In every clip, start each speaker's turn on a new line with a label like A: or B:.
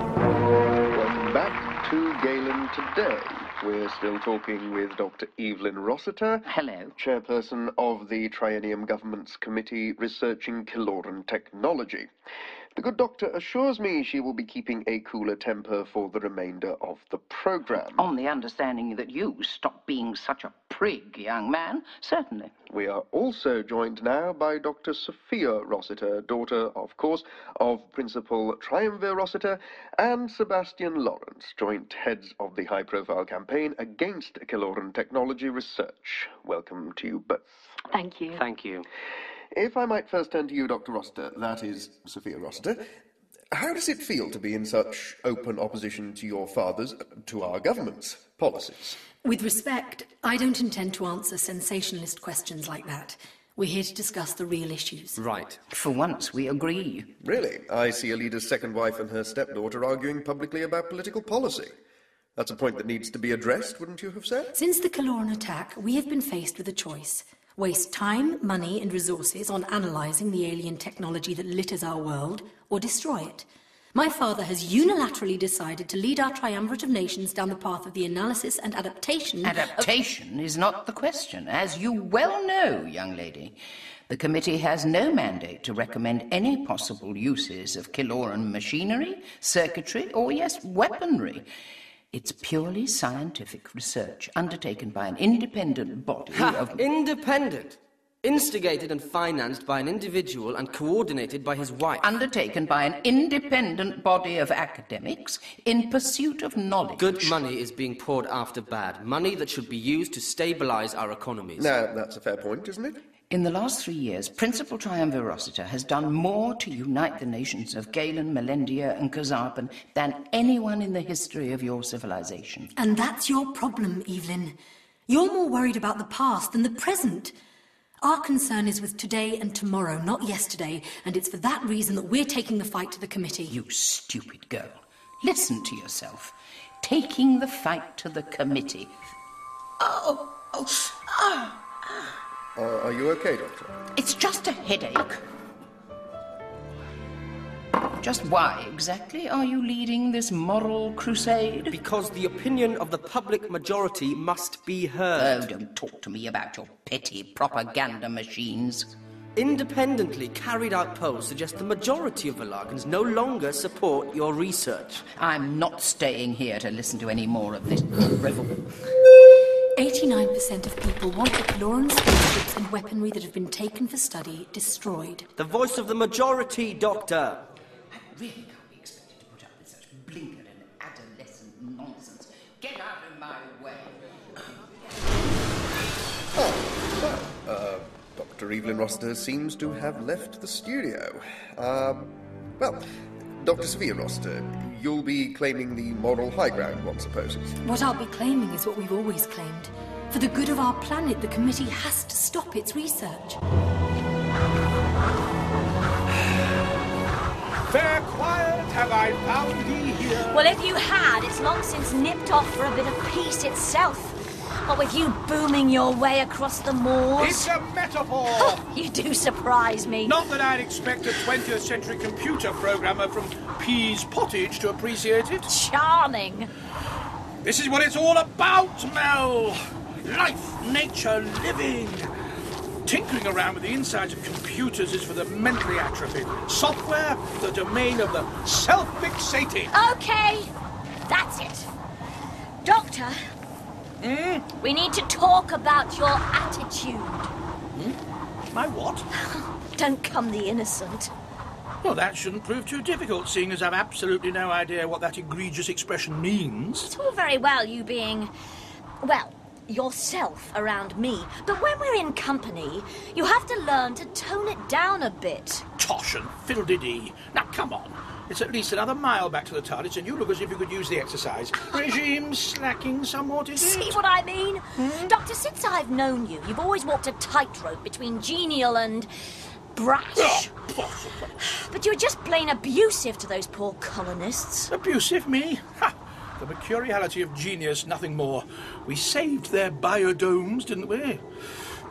A: Welcome back to Galen Today. We're still talking with Dr. Evelyn Rossiter,
B: Hello.
A: chairperson of the Triennium Government's Committee researching Kilauran technology. The good doctor assures me she will be keeping a cooler temper for the remainder of the program.
B: On the understanding that you stop being such a prig, young man, certainly.
A: We are also joined now by Dr. Sophia Rossiter, daughter, of course, of Principal Triumvir Rossiter and Sebastian Lawrence, joint heads of the high profile campaign against Kilauran technology research. Welcome to you both.
C: Thank you.
D: Thank you.
A: If I might first turn to you, Dr. Rossiter, that is, Sophia Rossiter. How does it feel to be in such open opposition to your father's, to our government's policies?
E: With respect, I don't intend to answer sensationalist questions like that. We're here to discuss the real issues.
D: Right.
B: For once, we agree.
A: Really? I see a leader's second wife and her stepdaughter arguing publicly about political policy. That's a point that needs to be addressed, wouldn't you have said?
E: Since the Kaloran attack, we have been faced with a choice waste time, money, and resources on analysing the alien technology that litters our world, or destroy it. My father has unilaterally decided to lead our triumvirate of nations down the path of the analysis and adaptation.
B: Adaptation is not the question, as you well know, young lady. The committee has no mandate to recommend any possible uses of Kiloran machinery, circuitry, or, yes, weaponry. It's purely scientific research undertaken by an independent body
D: Ha!
B: of.
D: Independent. Instigated and financed by an individual and coordinated by his wife.
B: Undertaken by an independent body of academics in pursuit of knowledge.
D: Good money is being poured after bad. Money that should be used to stabilize our economies.
A: Now, that's a fair point, isn't it?
B: In the last three years, Principal Triumvir Rossiter has done more to unite the nations of Galen, Melendia, and Kazarpan than anyone in the history of your civilization.
E: And that's your problem, Evelyn. You're more worried about the past than the present. Our concern is with today and tomorrow, not yesterday, and it's for that reason that we're taking the fight to the committee.
B: You stupid girl. Listen to yourself. Taking the fight to the committee. Oh, oh, oh.
A: Are are you okay, Doctor?
B: It's just a headache. Just why exactly are you leading this moral crusade?
D: Because the opinion of the public majority must be
B: Oh,
D: heard.
B: don't talk to me about your petty propaganda machines.
D: Independently carried out polls suggest the majority of Alarkans no longer support your research.
B: I'm not staying here to listen to any more of this revel.
E: 89% of people want the Kaloran spaceships and weaponry that have been taken for study destroyed.
D: The voice of the majority, Doctor.
B: Really can't be expected to put up with such blinkered and adolescent nonsense. Get out of my way.
A: Dr. Uh, Evelyn Rossiter seems to have left the studio. Um, well, Dr. Sophia Rossiter, you'll be claiming the moral high ground, one supposes.
E: What I'll be claiming is what we've always claimed. For the good of our planet, the committee has to stop its research.
F: Fair quiet have I found thee here.
C: Well, if you had, it's long since nipped off for a bit of peace itself. What with you booming your way across the
F: It's
C: moors. Oh,
F: a metaphor.
C: You do surprise me.
F: Not that I'd expect a 20th century computer programmer from Pease Pottage to appreciate it.
C: Charming.
F: This is what it's all about, Mel. Life, nature, living. Tinkering around with the insides of computers is for the mentally atrophied. Software, the domain of the self-fixated.
C: Okay, that's it. Doctor, we need to talk about your attitude.
F: Hmm? My what?
C: Don't come the innocent.
F: Well, that shouldn't prove too difficult, seeing as I've absolutely no idea what that egregious expression means.
C: It's all very well you being, well, yourself around me, but when we're in company, you have to learn to tone it down a bit.
F: Tosh and fiddle-de-dee. Now, come on. It's at least another mile back to the TARDIS, and you look as if you could use the exercise. Regime slacking somewhat, is
C: See
F: it? Hmm?
C: what I mean? Doctor, since I've known you, you've always walked a tightrope between genial and brash. But you're just plain abusive to those poor colonists.
F: Abusive me? Ha! The mercuriality of genius, nothing more. We saved their biodomes, didn't we?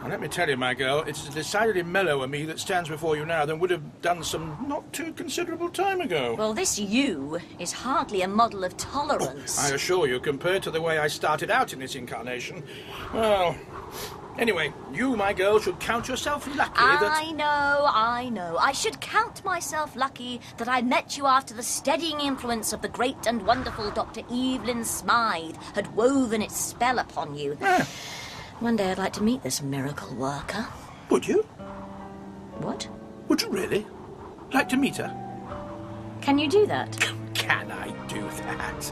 F: Now, let me tell you, my girl, it's decidedly mellower me that stands before you now than would have done some not too considerable time ago.
C: Well, this you is hardly a model of tolerance.
F: I assure you, compared to the way I started out in this incarnation, well. Anyway, you, my girl, should count yourself lucky that.
C: I know, I know. I should count myself lucky that I met you after the steadying influence of the great and wonderful Dr. Evelyn Smythe had woven its spell upon you.
F: Eh,
C: One day I'd like to meet this miracle worker.
F: would you?
C: What?
F: Would you really? Like to meet her?
C: Can you do that?
F: Can I do that?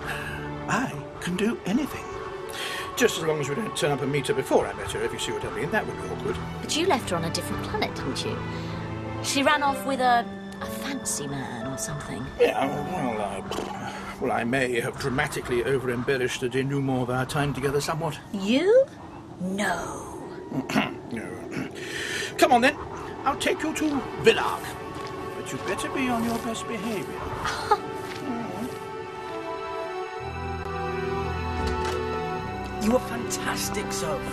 F: I can do anything. Just as long as we don't turn up and meet her before I met her, if you see what I mean. That would be awkward.
C: But you left her on a different planet, didn't you? She ran off with a, a fancy man or something.
F: Yeah, well, uh, well, I may have dramatically over embellished the denouement of our time together somewhat.
C: You? No.
F: No. Come on then. I'll take you to Villarg. But you better be on your best behaviour.
D: You were fantastic, Soph.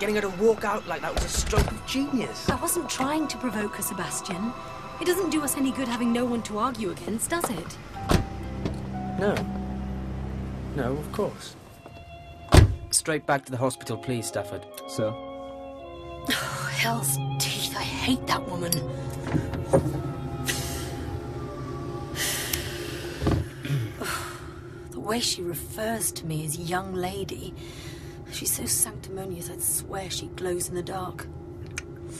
D: Getting her to walk out like that was a stroke of genius.
E: I wasn't trying to provoke her, Sebastian. It doesn't do us any good having no one to argue against, does it?
D: No. No, of course. Straight back to the hospital, please, Stafford.
G: Sir?
E: Oh, Hell's teeth, I hate that woman. Oh, the way she refers to me as young lady. She's so sanctimonious, I'd swear she glows in the dark.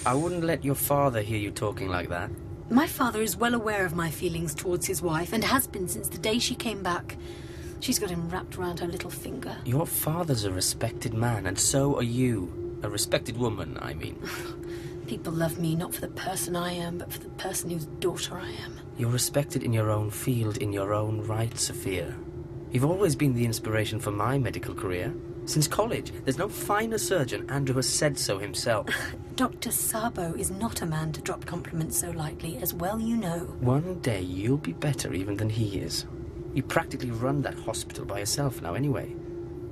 D: I wouldn't let your father hear you talking like that.
E: My father is well aware of my feelings towards his wife and has been since the day she came back. She's got him wrapped around her little finger.
D: Your father's a respected man, and so are you. A respected woman, I mean.
E: People love me not for the person I am, but for the person whose daughter I am.
D: You're respected in your own field, in your own right, Sophia. You've always been the inspiration for my medical career. Since college, there's no finer surgeon, Andrew has said so himself.
E: Dr. Sabo is not a man to drop compliments so lightly, as well you know.
D: One day you'll be better even than he is. You practically run that hospital by yourself now, anyway.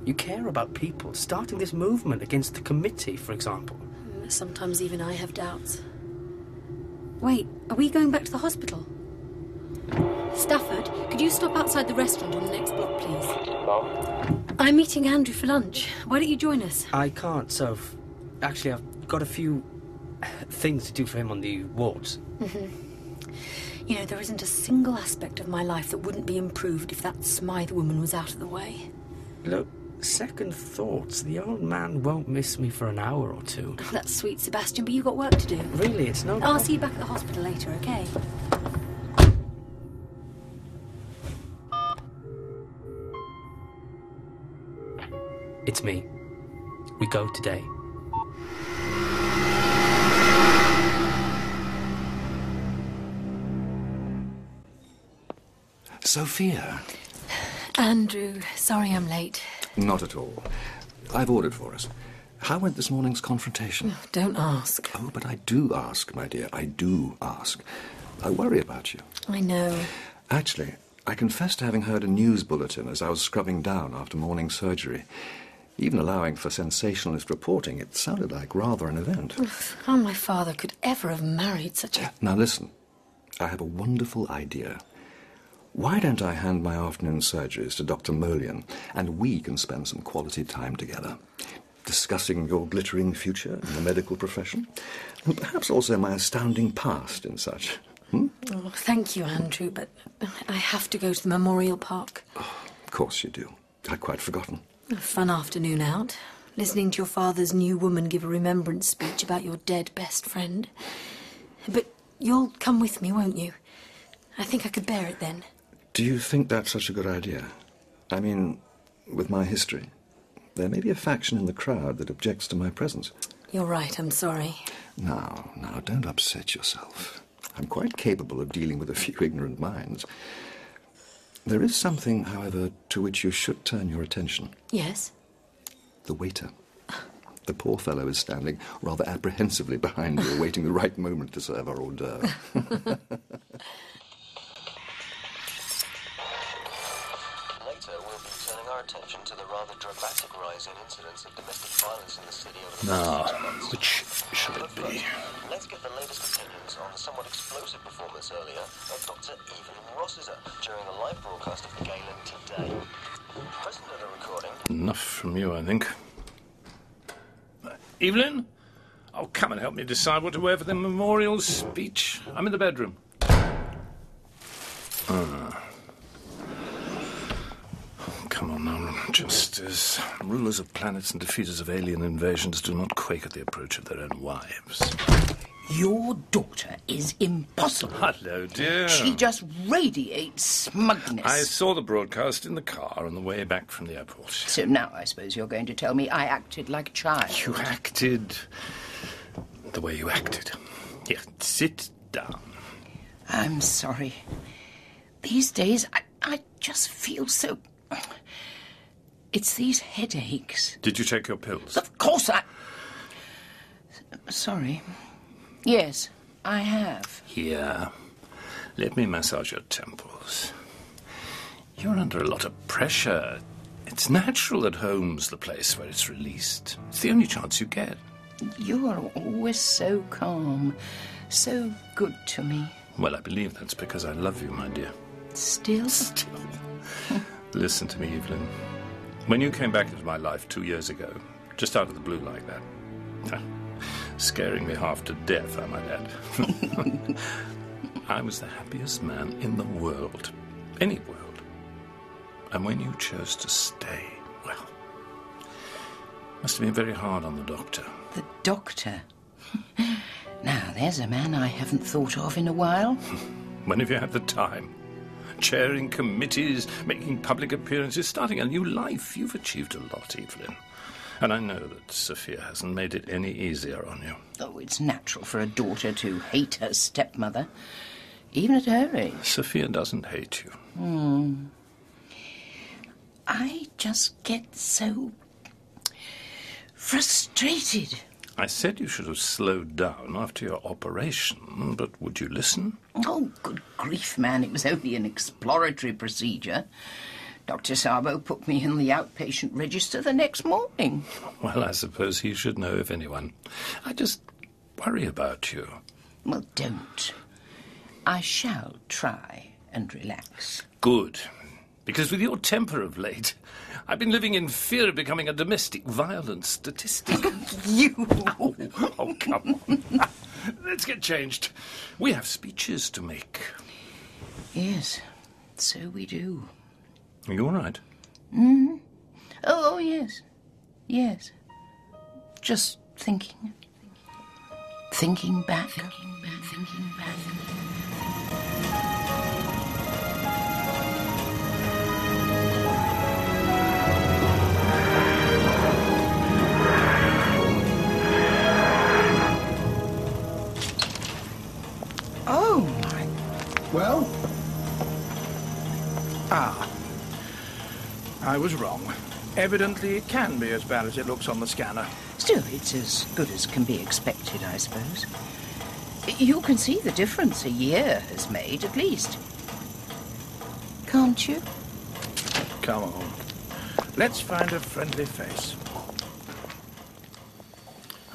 D: You care about people, starting this movement against the committee, for example.
E: Sometimes even I have doubts. Wait, are we going back to the hospital? Stafford, could you stop outside the restaurant on the next block, please? I'm meeting Andrew for lunch. Why don't you join us?
D: I can't, Soph. Actually, I've got a few things to do for him on the wards. Mm-hmm.
E: You know, there isn't a single aspect of my life that wouldn't be improved if that Smythe woman was out of the way.
D: Look, second thoughts. The old man won't miss me for an hour or two.
E: That's Oh, sweet, Sebastian, but you've got work to do.
D: Really, it's no.
E: I'll see you back at the hospital later, okay?
D: It's me. We go today.
H: Sophia.
E: Andrew, sorry I'm late.
H: Not at all. I've ordered for us. How went this morning's confrontation?
E: Don't ask.
H: Oh, but I do ask, my dear. I do ask. I worry about you.
E: I know.
H: Actually, I confess to having heard a news bulletin as I was scrubbing down after morning surgery. Even allowing for sensationalist reporting, it sounded like rather an event.
E: How my father could ever have married such a.
H: Now listen, I have a wonderful idea. Why don't I hand my afternoon surgeries to Dr. Molian and we can spend some quality time together? Discussing your glittering future in the medical profession, and perhaps also my astounding past in such.
E: Oh, thank you, Andrew, but I have to go to the memorial park.
H: Of course, you do. I'd quite forgotten.
E: A fun afternoon out. Listening to your father's new woman give a remembrance speech about your dead best friend. But you'll come with me, won't you? I think I could bear it then.
H: Do you think that's such a good idea? I mean, with my history, There may be a faction in the crowd that objects to my presence.
E: You're right, I'm sorry.
H: Now, now, don't upset yourself. I'm quite capable of dealing with a few ignorant minds. There is something, however, to which you should turn your attention
E: Yes?
H: the waiter. The poor fellow is standing rather apprehensively behind you, awaiting the right moment to serve our hors d'oeuvre.
I: Later, we'll be turning our attention to the rather dramatic rise in incidents of domestic violence in the city over the past six months.
J: Ah, Which should it be?
I: Let's get the latest opinions on the somewhat explosive performance earlier of Dr. Evelyn Rossiter during the live broadcast of Galen today. Present at a recording,
J: Enough from you, I think. Evelyn? Oh, come and help me decide what to wear for the memorial speech. I'm in the bedroom. Ah. Come on now, just as rulers of planets and defeaters of alien invasions do not quake at the approach of their own wives.
B: Your daughter is impossible.
J: Hello, dear.
B: She just radiates smugness.
J: I saw the broadcast in the car on the way back from the airport.
B: So now I suppose you're going to tell me I acted like a child.
J: You acted the way you acted. Here, sit down.
B: I'm sorry. These days, I, I just feel so. It's these headaches.
J: Did you take your pills?
B: Of course I. Sorry. Yes, I have.
J: Here, let me massage your temples. You're under a lot of pressure. It's natural that home's the place where it's released. It's the only chance you get.
B: You are always so calm, so good to me.
J: Well, I believe that's because I love you, my dear.
B: Still,
J: Listen to me, Evelyn. When you came back into my life two years ago, just out of the blue like that, huh, scaring me half to death, I might add, I was the happiest man in the world, any world. And when you chose to stay, well, must have been very hard on the doctor.
B: the doctor. Now, there's a man I haven't thought of in a while.
J: When have you had the time? Chairing committees, making public appearances, starting a new life. You've achieved a lot, Evelyn. And I know that Sophia hasn't made it any easier on you.
B: Oh, it's natural for a daughter to hate her stepmother, even at her age.
J: Sophia doesn't hate you.
B: Hmm. I just get so frustrated.
J: I said you should have slowed down after your operation, but would you listen?
B: Oh, good grief, man, it was only an exploratory procedure. Dr. Sabo put me in the outpatient register the next morning.
J: Well, I suppose he should know if anyone. I just worry about you.
B: Well, don't. I shall try and relax.
J: Good. Because with your temper of late, I've been living in fear of becoming a domestic violence statistic.
B: You!
J: Oh, oh, come on. Let's get changed. We have speeches to make.
B: Yes, so we do.
J: Are you all right?
B: Oh, oh, yes. Yes. Just thinking. Thinking back. Thinking back. Thinking back. Oh my!
J: Well? Ah. I was wrong. Evidently, it can be as bad as it looks on the scanner.
B: Still, it's as good as can be expected, I suppose. You can see the difference a year has made, at least. Can't you?
J: Come on. Let's find a friendly face.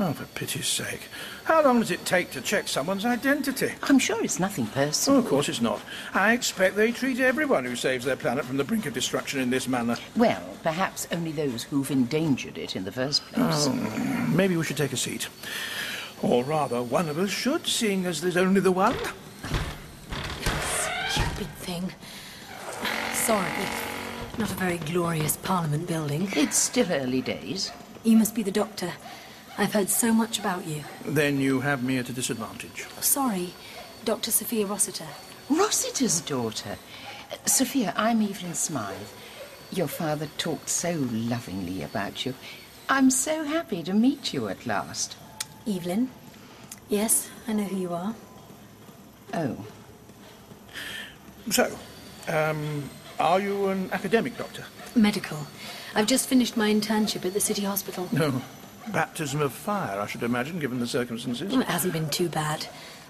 J: Oh, for pity's sake. How long does it take to check someone's identity?
B: I'm sure it's nothing
J: Oh,
B: personal.
J: of course it's not. I expect they treat everyone who saves their planet from the brink of destruction in this manner.
B: Well, perhaps only those who've endangered it in the first place.
J: Oh, Maybe we should take a seat. Or rather, one of us should, seeing as there's only the one.
E: Stupid thing. Sorry. Not a very glorious Parliament building.
B: It's still early days.
E: You must be the doctor. I've heard so much about you. Oh,
J: Then you have me at a disadvantage.
E: Sorry, Dr. Sophia Rossiter.
B: Rossiter's daughter. Uh, Sophia, I'm Evelyn Smythe. Your father talked so lovingly about you. I'm so happy to meet you at last.
E: Evelyn? Yes, I know who you are.
B: Oh,
F: So, um, are you an academic doctor?
E: Medical. I've just finished my internship at the city hospital.
F: No. Baptism of fire, I should imagine, given the circumstances.
E: Well, It hasn't been too bad.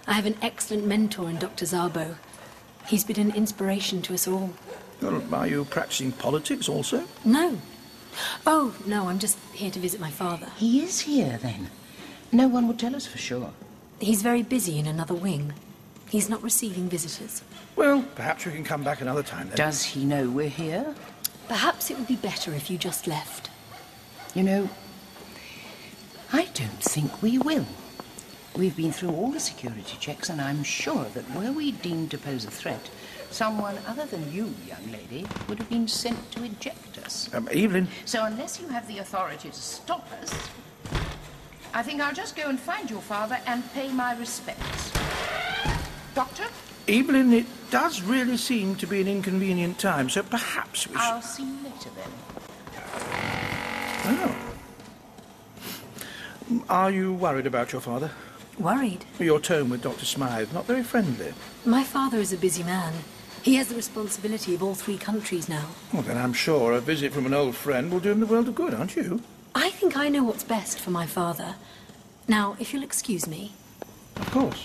E: I have an excellent mentor in Dr. Zabo. He's been an inspiration to us all.
F: Well, are you practicing politics also?
E: No. Oh, no, I'm just here to visit my father.
B: he is here then. No one would tell us for sure.
E: He's very busy in another wing. He's not receiving visitors.
F: Well, perhaps we can come back another time then.
B: Does he know we're here?
E: Perhaps it would be better if you just left.
B: You know, I don't think we will. We've been through all the security checks, and I'm sure that were we deemed to pose a threat, someone other than you, young lady, would have been sent to eject us.
F: Um, Evelyn,
B: So unless you have the authority to stop us, I think I'll just go and find your father and pay my respects. Doctor,
F: Evelyn, it does really seem to be an inconvenient time, so perhaps we should.
B: I'll see you later then.
F: Oh. Are you worried about your father?
E: Worried?
F: Your tone with Dr. Smythe, not very friendly.
E: My father is a busy man. He has the responsibility of all three countries now.
F: Well, then I'm sure a visit from an old friend will do him the world of good, aren't you?
E: I think I know what's best for my father. Now, if you'll excuse me.
F: Of course.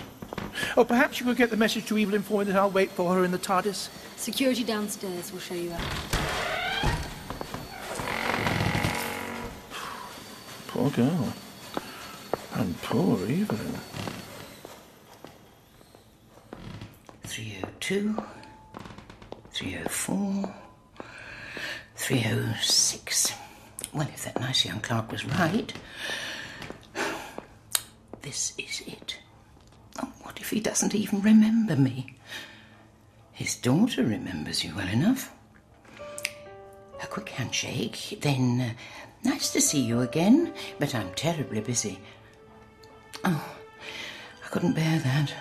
F: Oh, perhaps you could get the message to Evelyn for me that I'll wait for her in the TARDIS.
E: Security downstairs will show you out.
F: Poor girl. And poor Evelyn.
B: 302, 304, 306. Well, if that nice young clerk was right, this is it. Oh, what if he doesn't even remember me? His daughter remembers you well enough. A quick handshake, then, uh, nice to see you again, but I'm terribly busy. Oh, I couldn't bear that.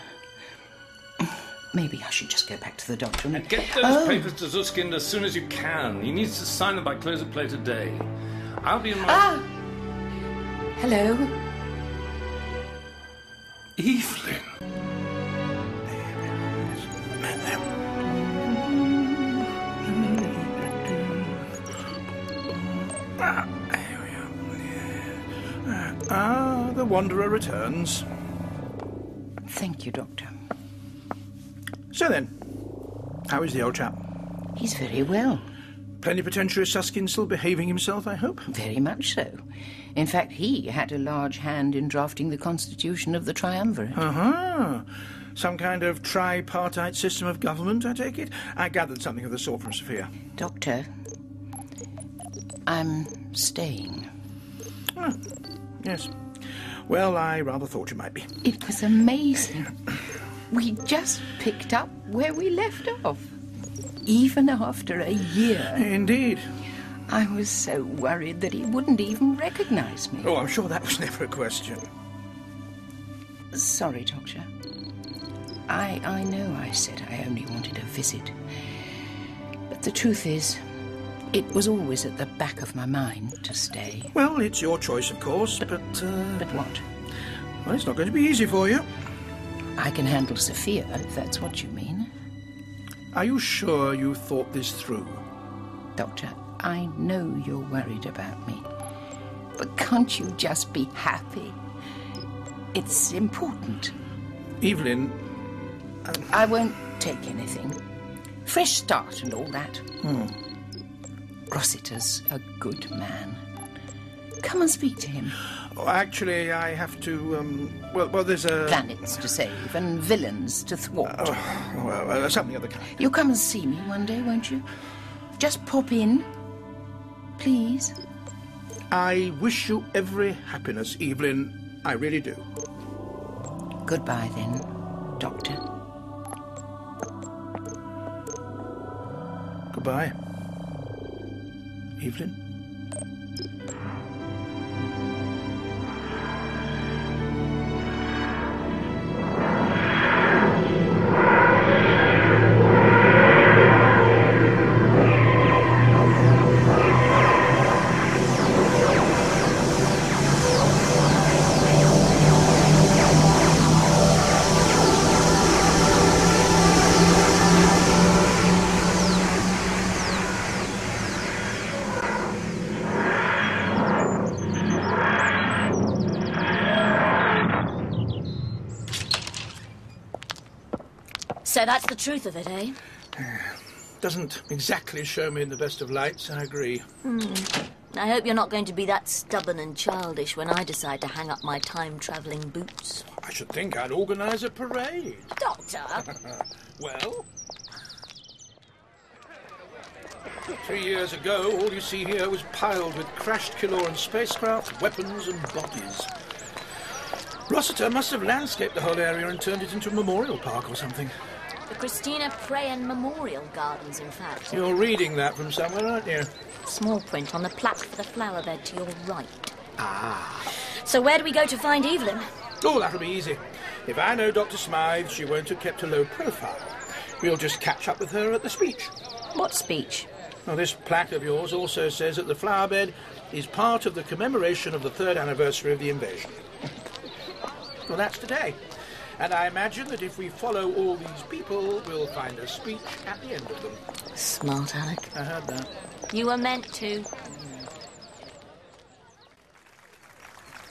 B: Maybe I should just go back to the doctor and
J: Uh, Get those
B: Oh.
J: papers to Zuskind as soon as you can. He needs to sign them by close of play today. I'll be in my.
B: Ah! Hello?
J: Evelyn!
F: Ah, the Wanderer returns.
B: Thank you, Doctor.
F: So then, how is the old chap?
B: He's very well.
F: Plenipotentiary Suskin still behaving himself, I hope?
B: Very much so. In fact, he had a large hand in drafting the constitution of the triumvirate.
F: Uh-huh. Some kind of tripartite system of government, I take it? I gathered something of the sort from Sophia.
B: Doctor, I'm staying.
F: Ah, Yes. Well, I rather thought you might be.
B: It was amazing. We just picked up where we left off. Even after a year,
F: Indeed.
B: I was so worried that he wouldn't even recognize me.
F: Oh, I'm sure that was never a question.
B: Sorry, Doctor. I I know I said I only wanted a visit. But the truth is, it was always at the back of my mind to stay.
F: Well, it's your choice, of course, but, uh,
B: But what?
F: well, it's not going to be easy for you.
B: I can handle Sophia, if that's what you mean.
F: Are you sure you thought this through?
B: Doctor, I know you're worried about me. But can't you just be happy? It's important.
F: Evelyn,
B: I won't take anything. Fresh start and all that.
G: Hmm.
B: Rossiter's a good man. Come and speak to him.
F: oh, actually, I have to, um, well, well, there's a...
B: Planets to save and villains to thwart.
F: Well, uh, something of the kind.
B: You'll come and see me one day, won't you? Just pop in. Please.
F: I wish you every happiness, Evelyn. I really do.
B: Goodbye then, Doctor.
F: Goodbye. Evelyn?
C: So that's the truth of it, eh?
F: Doesn't exactly show me in the best of lights, I agree.
C: Hmm. I hope you're not going to be that stubborn and childish when I decide to hang up my time travelling boots.
F: I should think I'd organise a parade.
C: Doctor!
F: Well? Three years ago, all you see here was piled with crashed Kiloran spacecraft, weapons, and bodies. Rossiter must have landscaped the whole area and turned it into a memorial park or something.
C: the Christina Preyen Memorial Gardens, in fact.
F: You're reading that from somewhere, aren't you?
C: Small print on the plaque for the flower bed to your right. Ah. So where do we go to find Evelyn?
F: Oh, that'll be easy. If I know Dr. Smythe, she won't have kept a low profile. We'll just catch up with her at the speech.
C: What speech?
F: Now, this plaque of yours also says that the flower bed is part of the commemoration of the third anniversary of the invasion. well, that's today. And I imagine that if we follow all these people, we'll find a speech at the end of them.
C: Smart Alec.
F: I heard that.
C: You were meant to.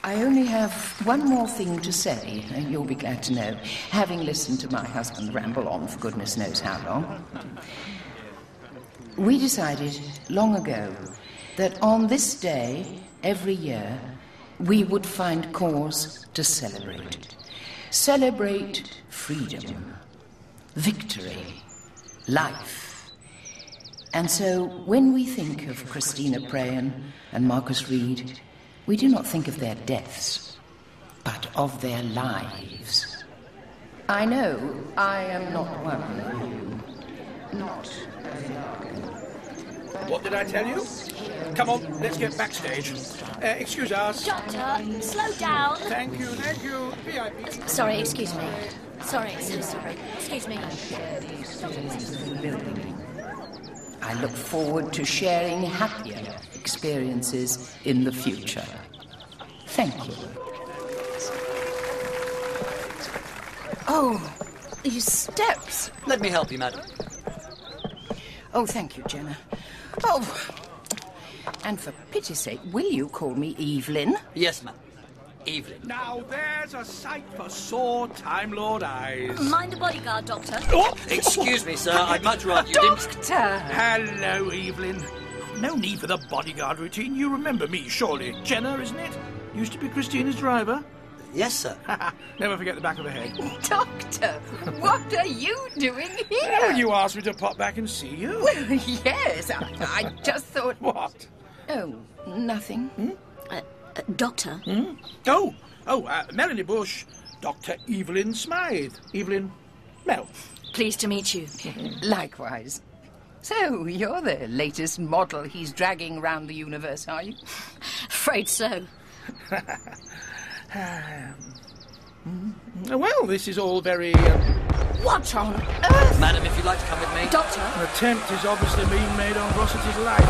B: I only have one more thing to say, and you'll be glad to know, having listened to my husband ramble on for goodness knows how long. We decided long ago that on this day, every year, we would find cause to celebrate. Celebrate freedom, victory, life. And so, when we think of Christina Preyen and Marcus Reed, we do not think of their deaths, but of their lives. I know I am not one of you. Not.
F: What did I tell you? Come on, let's get backstage. Uh, excuse us.
C: Doctor, slow down.
F: Thank you, thank you. VIP.
C: Sorry, excuse me. Sorry, so sorry. Excuse me.
B: I look forward to sharing happier experiences in the future. Thank you.
K: Oh, these steps. Let me help you, madam.
B: Oh, thank you, Jenna. Oh, and for pity's sake, will you call me Evelyn?
K: Yes, madam. Evelyn.
F: Now there's a sight for sore Time Lord eyes.
C: Mind the bodyguard, Doctor.
K: Oh,
F: Oh,
K: Excuse me, sir. I'd much rather you didn't.
F: Hello, Evelyn. No need for the bodyguard routine. You remember me, surely. Jenna, isn't it? Used to be Christina's driver.
K: Yes, sir.
F: Never forget the back of her head.
L: Doctor, what are you doing here?
F: Oh, you asked me to pop back and see you.
L: Well, yes, I, I just thought.
F: What?
B: Oh, nothing.
C: Uh, doctor?
F: Oh, oh, uh, Melanie Bush, Dr. Evelyn Smythe. Evelyn Mel.
C: Pleased to meet you.
B: Likewise. So, you're the latest model he's dragging round the universe, are you?
C: Afraid so.
F: Uh, Well, this is all very. Uh,
C: What on?
K: madam, if you'd like to come with me.
C: Doctor?
F: an attempt is obviously being made on Rossiter's life.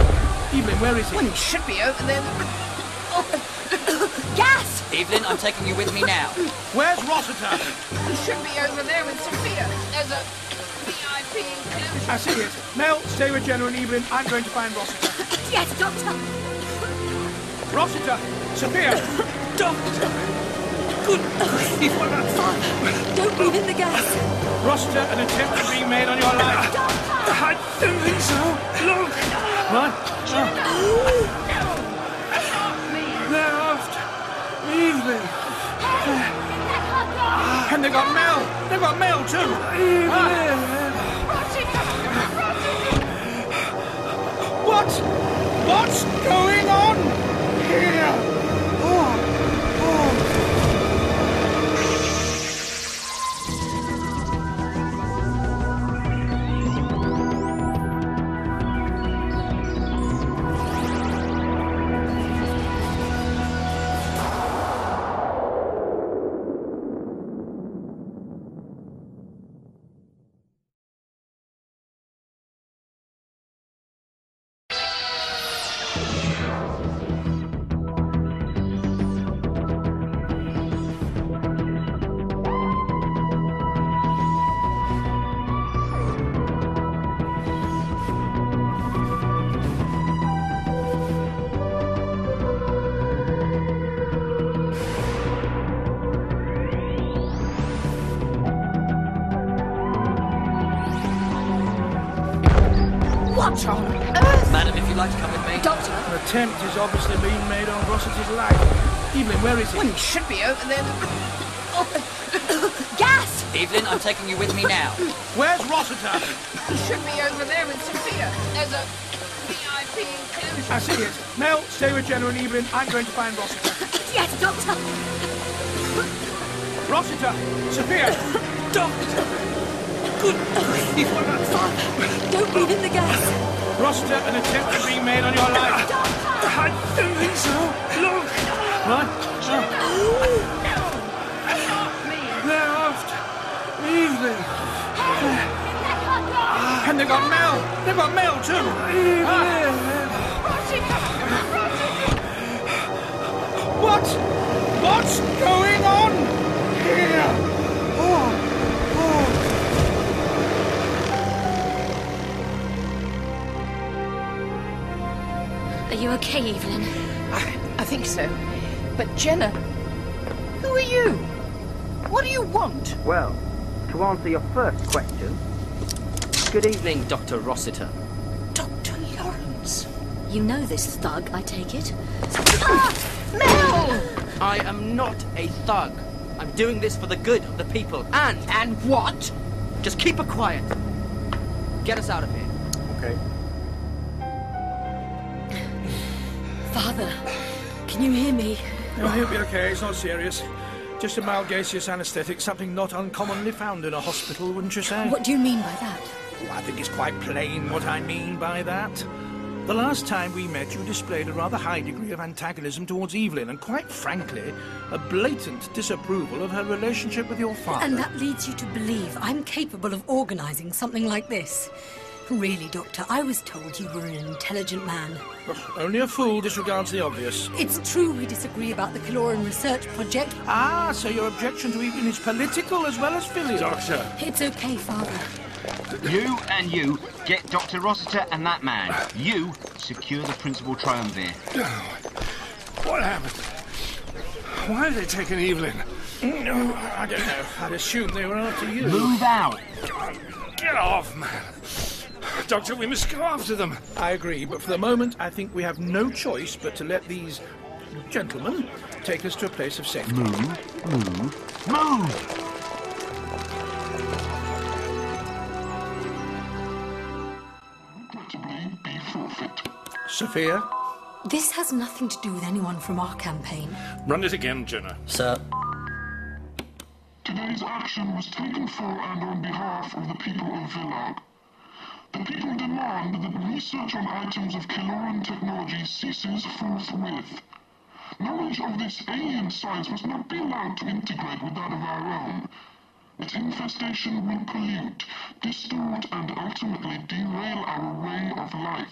F: Evelyn, where is he?
B: He should be over there.
C: Gas!
K: Evelyn, I'm taking you with me now.
F: Where's Rossiter?
L: He should be over there with Sophia. There's a VIP inclusion.
F: I see it. Mel, stay with Jenna and Evelyn. I'm going to find Rossiter.
C: Yes, Doctor!
F: Rossiter! Sophia!
K: Doctor! Good grief, what about
E: Don't breathe in the gas.
F: Rossiter, an attempt is being made on your life. I don't think so. Look. Uh, What? Oh. They're after Evelyn. And they got Mel. They got Mel too. Ah. What? What's going on here? Oh. Oh.
C: What on
K: earth? Madam, if you'd like to come with me.
C: Doctor?
F: An attempt is obviously being made on Rossiter's life. Evelyn, where is he?
L: Well, he should be over there.
C: Gas!
K: Evelyn, I'm taking you with me now.
F: Where's Rossiter?
L: He should be over there with Sophia as a VIP inclusion.
F: I see it. Mel, stay with Jenna and Evelyn. I'm going to find Rossiter.
C: Yes, Doctor!
F: Rossiter! Sophia!
K: Doctor! Good grief, what about
E: Don't breathe in the gas.
F: Rossiter, an attempt is being made on your life. I don't think so. Look! Right? They're after Evelyn. And they've got Mel. They've got Mel too. Ah. What? What's going on here? Oh,
C: Are you okay, Evelyn?
B: I, I think so. But Jenna, who are you? What do you want?
M: Well, to answer your first question,
D: Good evening, Dr. Rossiter.
B: Dr. Lawrence.
C: You know this thug, I take it?
D: I am not a thug. I'm doing this for the good of the people. And
B: And what?
D: just keep it quiet. Get us out of here.
F: Okay.
E: Father, can you hear me?
F: No, he'll be okay. It's not serious. Just a mild gaseous anaesthetic, something not uncommonly found in a hospital, wouldn't you say?
E: What do you mean by that?
F: Oh, I think it's quite plain what I mean by that. The last time we met, you displayed a rather high degree of antagonism towards Evelyn, and quite frankly, a blatant disapproval of her relationship with your father.
E: And that leads you to believe I'm capable of organising something like this. Really, Doctor, I was told you were an intelligent man.
F: Only a fool disregards the obvious.
E: It's true we disagree about the Caloran research project.
F: Ah, so your objection to Evelyn is political as well as filial. Doctor.
E: It's okay, Father.
N: You and you get Dr. Rossiter and that man. You secure the principal triumvir.
F: What happened? Why have they taken Evelyn? Mm, No, I don't know. I'd assume they were after you.
N: Move out.
F: Get off, man. Doctor, we must go after them. I agree, but for the moment, I think we have no choice but to let these gentlemen take us to a place of safety.
N: Move, move, move.
F: Sophia,
E: This has nothing to do with anyone from our campaign.
J: Run it again, Jenna.
D: Sir,
O: Today's action was taken for and on behalf of the people of Villag. The people demand that research on items of Keloran technology ceases forthwith. Knowledge of this alien science must not be allowed to integrate with that of our own. Its infestation will pollute, distort, and ultimately derail our way of life.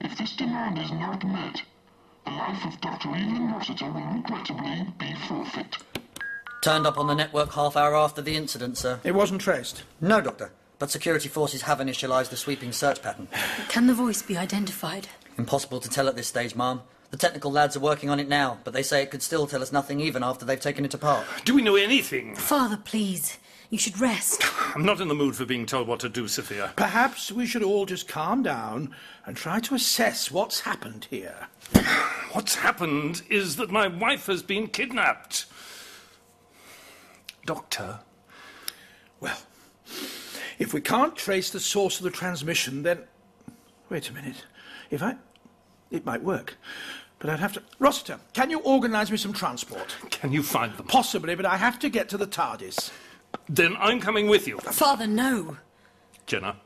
O: If this demand is not met, the life of Dr. Evelyn Rossiter will regrettably be forfeit.
M: turned up on the network half hour after the incident, sir.
F: it wasn't traced.
M: No, Doctor. But security forces have initialized the sweeping search pattern.
E: Can the voice be identified?
M: Impossible to tell at this stage, ma'am. The technical lads are working on it now, but they say it could still tell us nothing even after they've taken it apart.
J: Do we know anything?
E: Father, please. You should rest.
J: I'm not in the mood for being told what to do, Sophia.
F: Perhaps we should all just calm down and try to assess what's happened here.
J: What's happened is that my wife has been kidnapped. Doctor,
F: Well, if we can't trace the source of the transmission, then. Wait a minute. If I. It might work. But I'd have to. Rossiter, can you organise me some transport?
J: can you find them?
F: Possibly, but I have to get to the TARDIS.
J: Then I'm coming with you.
E: Father, no.
J: Jenna,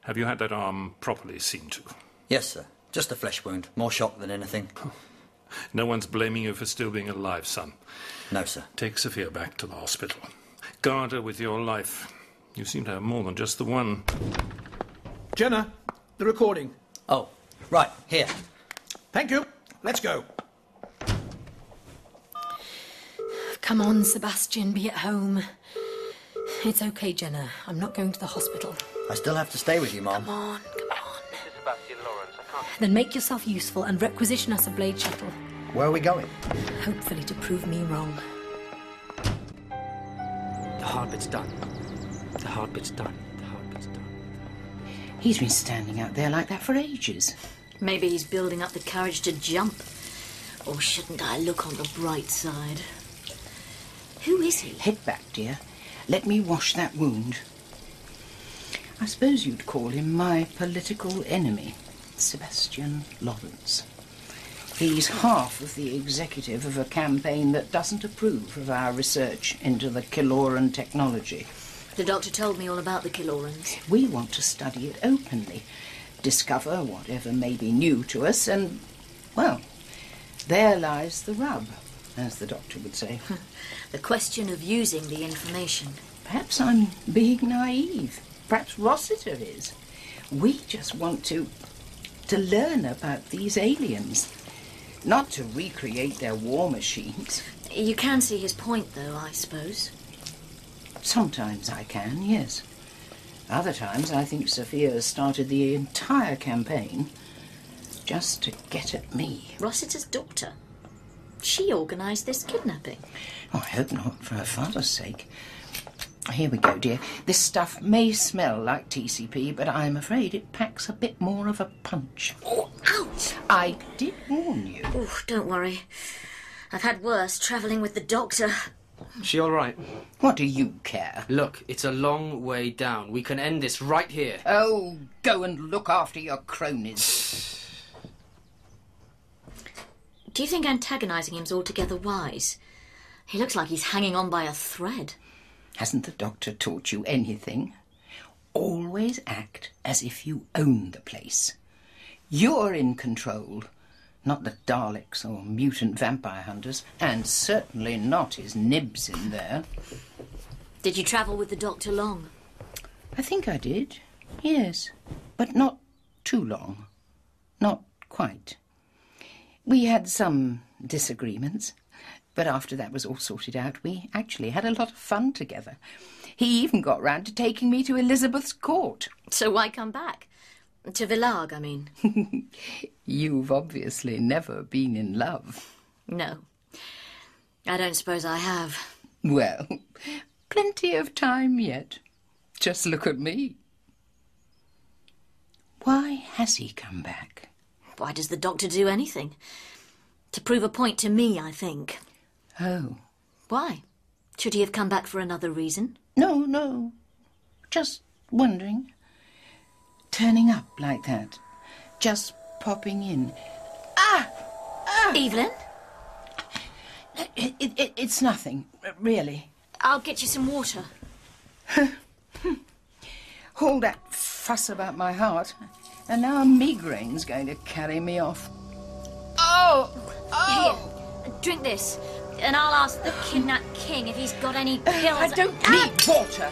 J: have you had that arm properly seen to?
M: Yes, sir. Just a flesh wound. More shock than anything.
J: No one's blaming you for still being alive, son.
M: No, sir.
J: Take Sophia back to the hospital. Guard her with your life. You seem to have more than just the one.
F: Jenna, the recording.
M: Oh, right, here.
F: Thank you. Let's go.
E: Come on, Sebastian, be at home. It's okay, Jenna. I'm not going to the hospital.
M: I still have to stay with you, ma'am.
E: Come on, come on.
N: Sebastian Lawrence, I can't.
E: Then make yourself useful and requisition us a blade shuttle.
M: Where are we going?
E: Hopefully to prove me wrong.
B: Oh,
D: the hard bit's done. The hard bit's done. The hard bit's done.
B: He's been standing out there like that for ages.
C: Maybe he's building up the courage to jump. Or shouldn't I look on the bright side? Who is he?
B: Head back, dear. Let me wash that wound. I suppose you'd call him my political enemy, Sebastian Lawrence. He's half of the executive of a campaign that doesn't approve of our research into the Kiloran technology.
C: The doctor told me all about the Kilorans.
B: We want to study it openly, discover whatever may be new to us, and, well, there lies the rub, as the doctor would say.
C: The question of using the information.
B: Perhaps I'm being naive. Perhaps Rossiter is. We just want to to learn about these aliens, not to recreate their war machines.
C: You can see his point, though, I suppose.
B: Sometimes I can, yes. Other times I think Sophia has started the entire campaign just to get at me.
C: Rossiter's daughter. She organised this kidnapping.
B: Oh, I hope not, for her father's sake. Here we go, dear. This stuff may smell like TCP, but I'm afraid it packs a bit more of a punch.
C: Oh, ouch!
B: I did warn you.
C: Oh, don't worry. I've had worse travelling with the doctor.
D: She all right?
B: What do you care?
D: Look, it's a long way down. We can end this right here.
B: Oh, go and look after your cronies.
C: Do you think antagonising him's altogether wise? He looks like he's hanging on by a thread.
B: Hasn't the doctor taught you anything? Always act as if you own the place. You're in control, not the Daleks or mutant vampire hunters, and certainly not his nibs in there.
C: Did you travel with the doctor long?
B: I think I did, yes, but not too long. Not quite. We had some disagreements. But after that was all sorted out, we actually had a lot of fun together. He even got round to taking me to Elizabeth's court.
C: So why come back? To Villarg, I mean.
B: You've obviously never been in love.
C: No. I don't suppose I have.
B: Well, plenty of time yet. Just look at me. Why has he come back?
C: Why does the doctor do anything? To prove a point to me, I think.
B: Oh.
C: Why? Should he have come back for another reason?
B: No, no. Just wondering. Turning up like that. Just popping in. Ah! ah!
C: Evelyn?
B: It, it, it, it's nothing, really.
C: I'll get you some water.
B: All that fuss about my heart, and now a migraine's going to carry me off.
L: Oh! Oh!
C: Here, drink this and I'll ask the kidnapped king if he's got any pills. Ah!
B: I don't need water.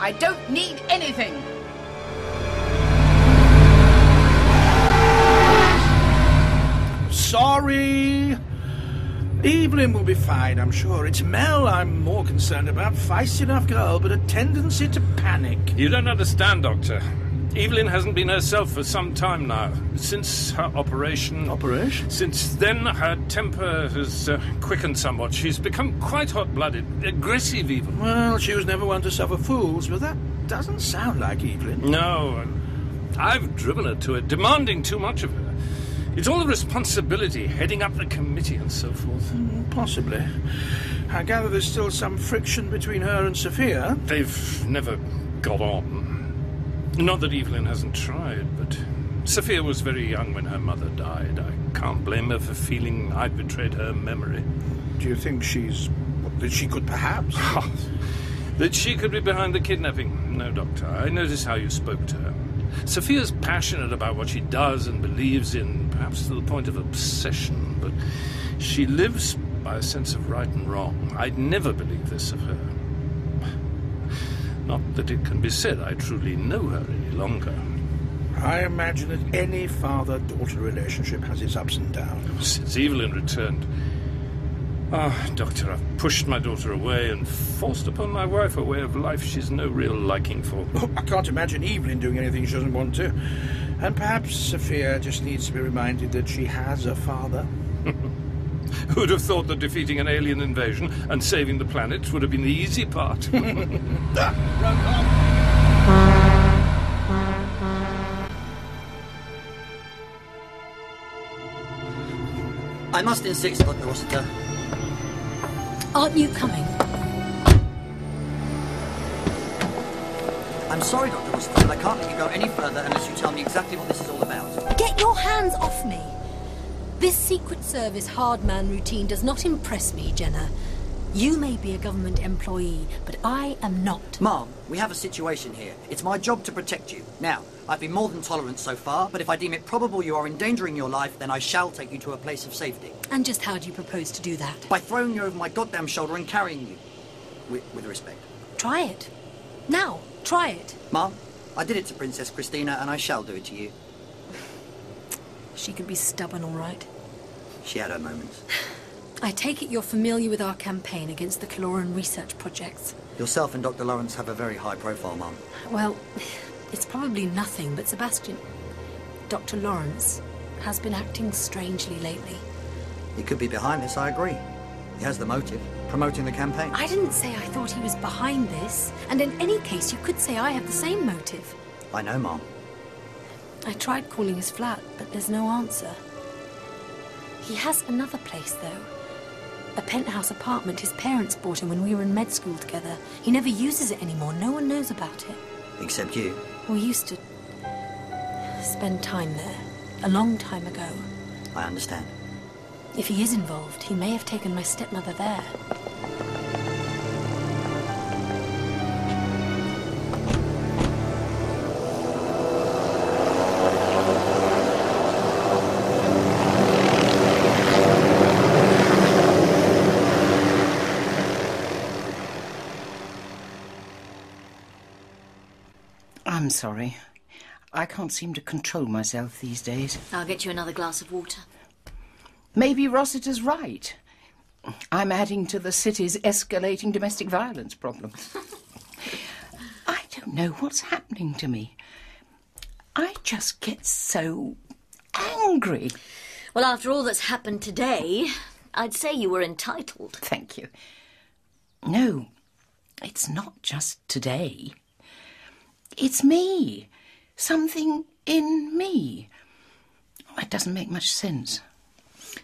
B: I don't need anything.
F: Sorry. Evelyn will be fine, I'm sure. It's Mel I'm more concerned about. Feisty enough girl, but a tendency to panic.
J: You don't understand, Doctor. Evelyn hasn't been herself for some time now. Since her operation.
F: Operation?
J: Since then, her temper has uh, quickened somewhat. She's become quite hot blooded, aggressive even.
F: Well, she was never one to suffer fools, but that doesn't sound like Evelyn.
J: No, I've driven her to it, demanding too much of her. It's all the responsibility, heading up the committee and so forth.
F: Mm, possibly. I gather there's still some friction between her and Sophia.
J: They've never got on. Not that Evelyn hasn't tried, but Sophia was very young when her mother died. I can't blame her for feeling I betrayed her memory.
F: Do you think she's. that she could perhaps?
J: that she could be behind the kidnapping? No, Doctor. I notice how you spoke to her. Sophia's passionate about what she does and believes in, perhaps to the point of obsession, but she lives by a sense of right and wrong. I'd never believe this of her. Not that it can be said I truly know her any longer.
F: I imagine that any father daughter relationship has its ups and downs.
J: Since Evelyn returned. Ah, oh, Doctor, I've pushed my daughter away and forced upon my wife a way of life she's no real liking for.
F: Oh, I can't imagine Evelyn doing anything she doesn't want to. And perhaps Sophia just needs to be reminded that she has a father.
J: Who'd have thought that defeating an alien invasion and saving the planet would have been the easy part?
M: I must insist, Dr. Rossiter.
E: Aren't you coming?
M: I'm sorry, Dr. Rossiter, but I can't let you go any further unless you tell me exactly what this is all about.
E: Get your hands off me! This Secret Service hard man routine does not impress me, Jenna. You may be a government employee, but I am not.
M: Ma'am, we have a situation here. It's my job to protect you. Now, I've been more than tolerant so far, but if I deem it probable you are endangering your life, then I shall take you to a place of safety.
E: And just how do you propose to do that?
M: By throwing you over my goddamn shoulder and carrying you. With, with respect.
E: Try it. Now, try it.
M: Ma'am, I did it to Princess Christina, and I shall do it to you.
E: She can be stubborn, all right.
M: She had her moments.
E: I take it you're familiar with our campaign against the Caloran research projects.
M: Yourself and Dr. Lawrence have a very high profile, Mum.
E: Well, it's probably nothing, but Sebastian. Dr. Lawrence has been acting strangely lately.
M: He could be behind this, I agree. He has the motive, promoting the campaign.
E: I didn't say I thought he was behind this, and in any case, you could say I have the same motive.
M: I know, Mum.
E: I tried calling his flat, but there's no answer. He has another place, though. A penthouse apartment his parents bought him when we were in med school together. He never uses it anymore. No one knows about it.
M: Except you.
E: We used to spend time there a long time ago.
M: I understand.
E: If he is involved, he may have taken my stepmother there.
B: I'm sorry. I can't seem to control myself these days.
C: I'll get you another glass of water.
B: Maybe Rossiter's right. I'm adding to the city's escalating domestic violence problem. I don't know what's happening to me. I just get so angry.
C: Well, after all that's happened today, I'd say you were entitled.
B: Thank you. No, it's not just today. It's me. Something in me. Oh,
C: It doesn't make much sense.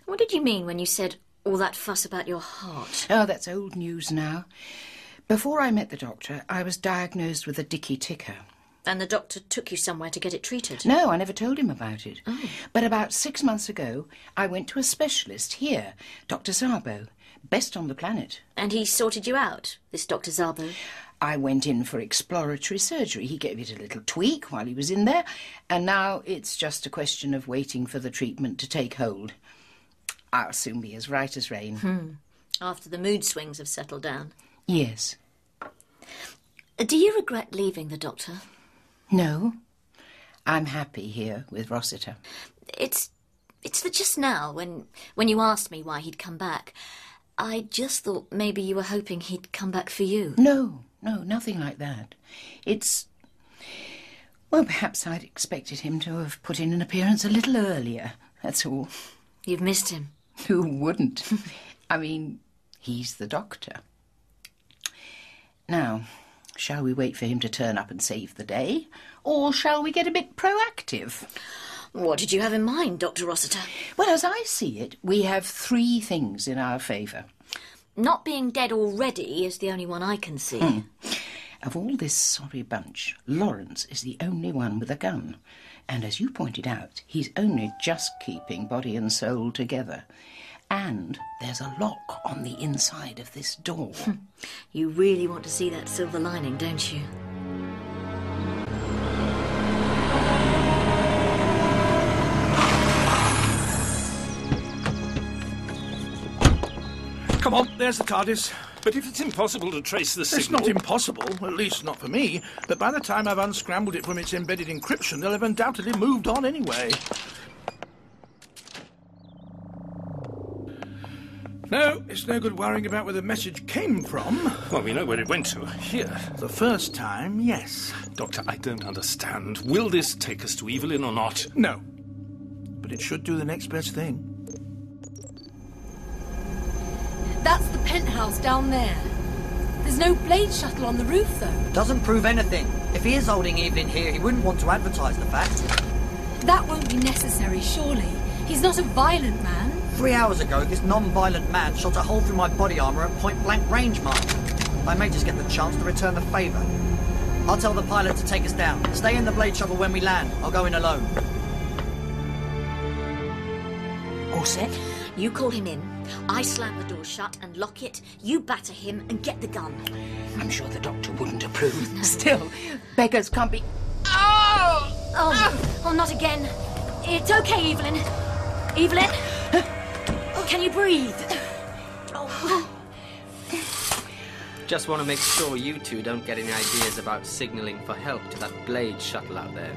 C: What did you mean when you said all that fuss about your heart?
B: Oh, that's old news now. Before I met the doctor, I was diagnosed with a dicky ticker.
C: And the doctor took you somewhere to get it Oh. treated?
B: No, I never told him about it. But about six months ago, I went to a specialist here, Dr. Zabo, best on the planet.
C: And he sorted you out, this Dr. Zabo?
B: I went in for exploratory surgery. He gave it a little tweak while he was in there, and now it's just a question of waiting for the treatment to take hold. I'll soon be as right as rain.
C: Hmm. After the mood swings have settled down. Uh,
B: Yes.
C: Do you regret leaving the doctor?
B: No. I'm happy here with Rossiter.
C: It's it's the just now when when you asked me why he'd come back. I just thought maybe you were hoping he'd come back for you.
B: No, no, nothing like that. It's. Well, perhaps I'd expected him to have put in an appearance a little earlier, that's all.
C: You've missed him.
B: Who wouldn't? I mean, he's the doctor. Now, shall we wait for him to turn up and save the day, or shall we get a bit proactive?
C: What did you have in mind, Dr. Rossiter?
B: Well, as I see it, we have three things in our favour.
C: Not being dead already is the only one I can see.
B: Hmm. Of all this sorry bunch, Lawrence is the only one with a gun. And as you pointed out, he's only just keeping body and soul together. And there's a lock on the inside of this door.
C: Hmm. You really want to see that silver lining, don't you?
F: Come on, there's the TARDIS.
J: But if it's impossible to trace the
F: It's
J: signal...
F: not impossible, at least not for me, but by the time I've unscrambled it from its embedded encryption, they'll have undoubtedly moved on anyway. No, it's no good worrying about where the message came from.
J: Well, we know where it went to. Here.
F: The first time, yes.
J: Doctor, I don't understand. Will this take us to Evelyn or not?
F: No. But it should do the next best thing.
E: That's the penthouse down there. There's no blade shuttle on the roof, though.
M: Doesn't prove anything. If he is holding Evelyn here, he wouldn't want to advertise the fact.
E: That won't be necessary, surely. He's not a violent man.
M: Three hours ago, this non-violent man shot a hole through my body armour at point-blank range, Mark. I may just get the chance to return the favour. I'll tell the pilot to take us down. Stay in the blade shuttle when we land. I'll go in alone.
C: Orset, you call him in. I slam the door shut and lock it. You batter him and get the gun.
B: I'm sure the doctor wouldn't approve. Still, beggars can't be.
C: Oh! Oh, oh not again. It's okay, Evelyn. Evelyn? Oh, can you breathe? Oh.
P: Just want to make sure you two don't get any ideas about signaling for help to that blade shuttle out there.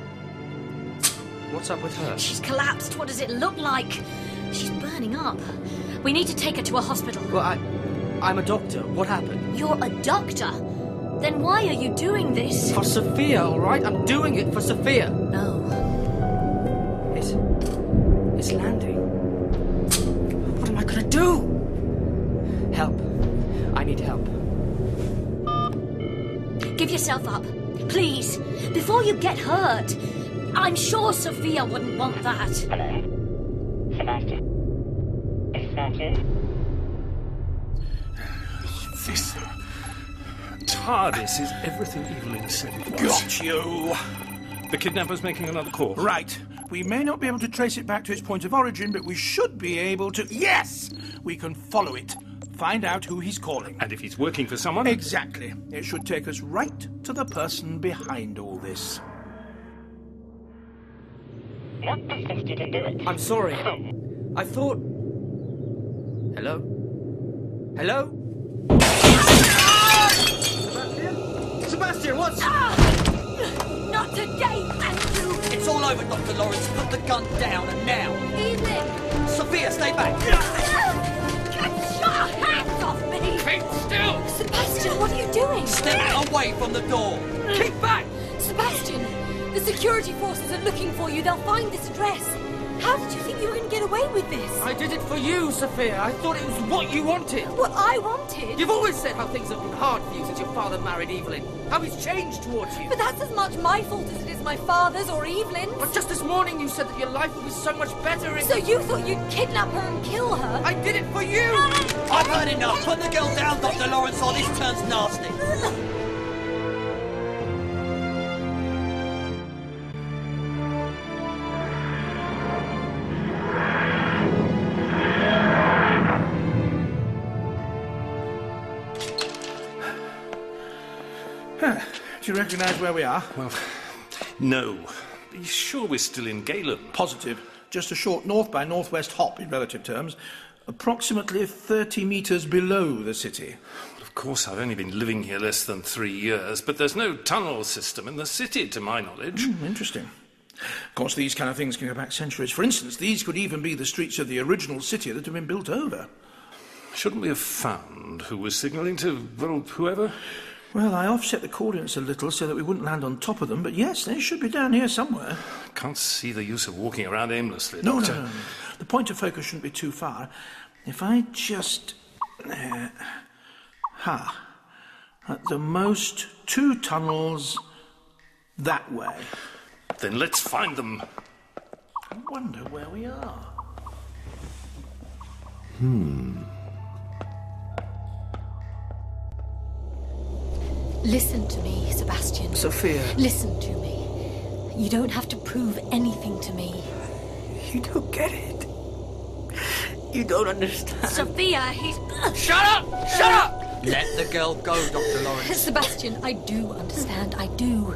P: What's up with her?
C: She's collapsed. What does it look like? She's burning up. We need to take her to a hospital.
P: Well, I, I'm a doctor. What happened?
C: You're a doctor. Then why are you doing this?
P: For Sophia, all right? I'm doing it for Sophia.
C: No.
P: It's. It's landing. What am I gonna do? Help. I need help.
C: Give yourself up. Please. Before you get hurt. I'm sure Sophia wouldn't want that.
K: Sebastian. Is that you?
J: This TARDIS is everything Evelyn said it was.
F: Got you.
J: The kidnapper's making another call.
F: Right. We may not be able to trace it back to its point of origin, but we should be able to. Yes! We can follow it. Find out who he's calling.
J: And if he's working for someone.
F: Exactly. It should take us right to the person behind all this.
K: What do you think you can do it?
P: I'm sorry. I thought. Hello? Hello?
M: Sebastian, what's.
C: Ah! Not today, Andrew!
M: It's all over, Dr. Lawrence. Put the gun down and now.
C: Evelyn!
M: Sophia, stay back.
C: Ah! Get your hands off me!
K: Keep still!
E: Sebastian, what are you doing?
M: Step away from the door. Keep back.
E: Sebastian, the security forces are looking for you. They'll find this address. How did you think you were going to get away with this?
P: I did it for you, Sophia. I thought it was what you wanted.
E: What I wanted?
P: You've always said how things have been hard for you since your father married Evelyn. How he's changed towards you.
E: But that's as much my fault as it is my father's or Evelyn's.
P: But just this morning you said that your life would be so much better if.
E: So you thought you'd kidnap her and kill her?
P: I did it for you!
M: I've heard enough. Put the girl down, Dr. Lawrence, or this turns nasty.
F: Do you recognise where we are?
J: Well, no. Are you sure we're still in Galen?
F: Positive. Just a short north by northwest hop in relative terms, approximately 30 metres below the city.
J: Of course, I've only been living here less than three years, but there's no tunnel system in the city, to my knowledge.
F: Hmm, interesting. Of course, these kind of things can go back centuries. For instance, these could even be the streets of the original city that have been built over.
J: Shouldn't we have found who was signalling to, well, whoever?
F: Well, I offset the coordinates a little so that we wouldn't land on top of them, but yes, they should be down here somewhere.
J: Can't see the use of walking around aimlessly,
F: No, no,
J: Doctor.
F: no, no. The point of focus shouldn't be too far. If I just. Uh, ha. At the most, two tunnels that way.
J: Then let's find them.
F: I wonder where we are.
H: Hmm.
E: Listen to me, Sebastian.
D: Sophia.
E: Listen to me. You don't have to prove anything to me.
D: You don't get it. You don't understand.
C: Sophia, he's.
M: Shut up! Shut up! Let the girl go, Dr. Lawrence.
E: Sebastian, I do understand. I do.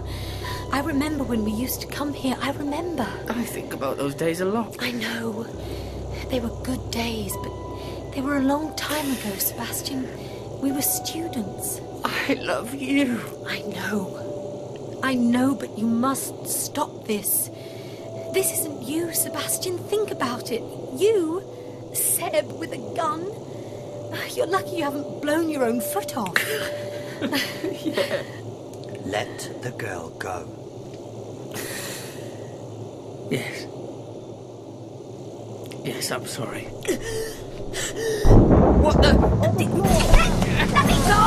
E: I remember when we used to come here. I remember.
D: I think about those days a lot.
E: I know. They were good days, but they were a long time ago, Sebastian. We were students.
D: I love you.
E: I know. I know, but you must stop this. This isn't you, Sebastian. Think about it. You, Seb with a gun. You're lucky you haven't blown your own foot off.
M: Let the girl go.
D: Yes. Yes, I'm sorry.
M: What the?
C: Let me go!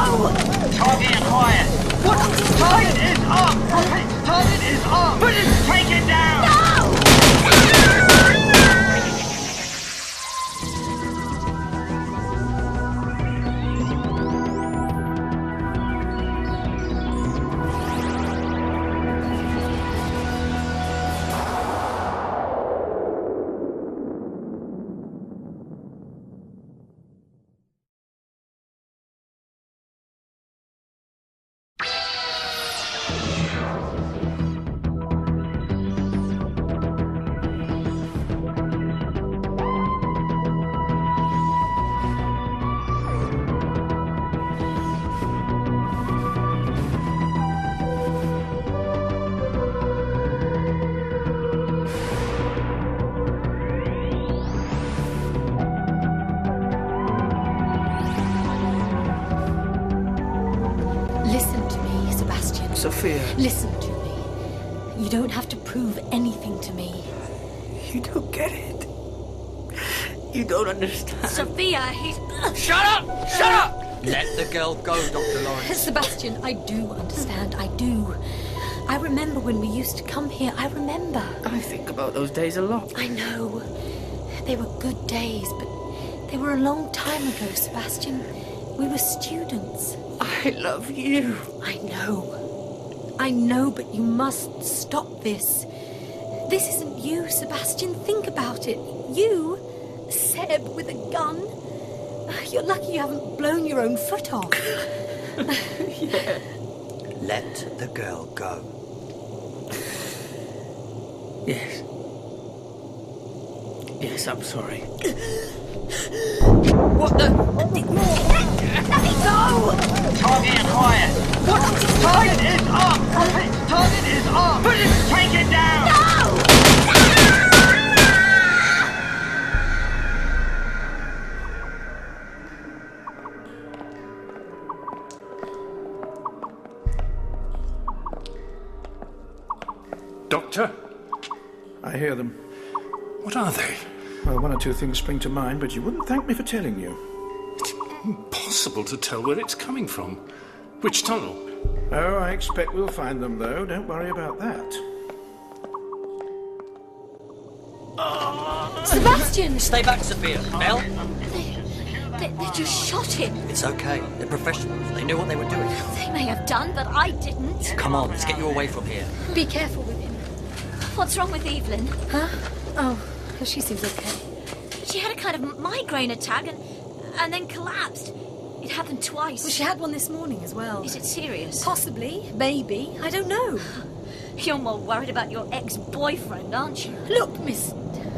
K: Target acquired.
M: What?
K: Target is up. Target is up. Take it down.
C: No!
M: Sophia.
E: Listen to me. You don't have to prove anything to me.
M: You don't get it. You don't understand.
E: Sophia, he's.
M: Shut up! Shut up! Let the girl go, Dr. Lawrence.
E: Sebastian, I do understand. I do. I remember when we used to come here. I remember.
D: I think about those days a lot.
E: I know. They were good days, but they were a long time ago, Sebastian. We were students.
M: I love you.
E: I know. I know, but you must stop this. This isn't you, Sebastian. Think about it. You, Seb with a gun. You're lucky you haven't blown your own foot off.
M: Let the girl go.
D: Yes. Yes, I'm sorry.
K: What the? Let me go! Target acquired. What? Target is up. Target is up. Put it. Take it down. No!
F: Doctor?
Q: I hear them.
F: What are they?
Q: Well, one or two things spring to mind, but you wouldn't thank me for telling you.
J: Impossible to tell where it's coming from. Which tunnel?
Q: Oh, I expect we'll find them, though. Don't worry about that.
E: Sebastian!
M: Stay back, Sophia. Mel?
C: They, they just shot him.
M: It's okay. They're professionals. They knew what they were doing.
C: They may have done, but I didn't.
M: Come on, let's get you away from here.
E: Be careful with him.
C: What's wrong with Evelyn?
E: Huh? Oh, she seems okay.
C: She had a kind of migraine attack and, and then collapsed. It happened twice.
E: Well, she had one this morning as well.
C: Is it serious?
E: Possibly, maybe. I don't know.
C: You're more worried about your ex-boyfriend, aren't you?
E: Look, Miss.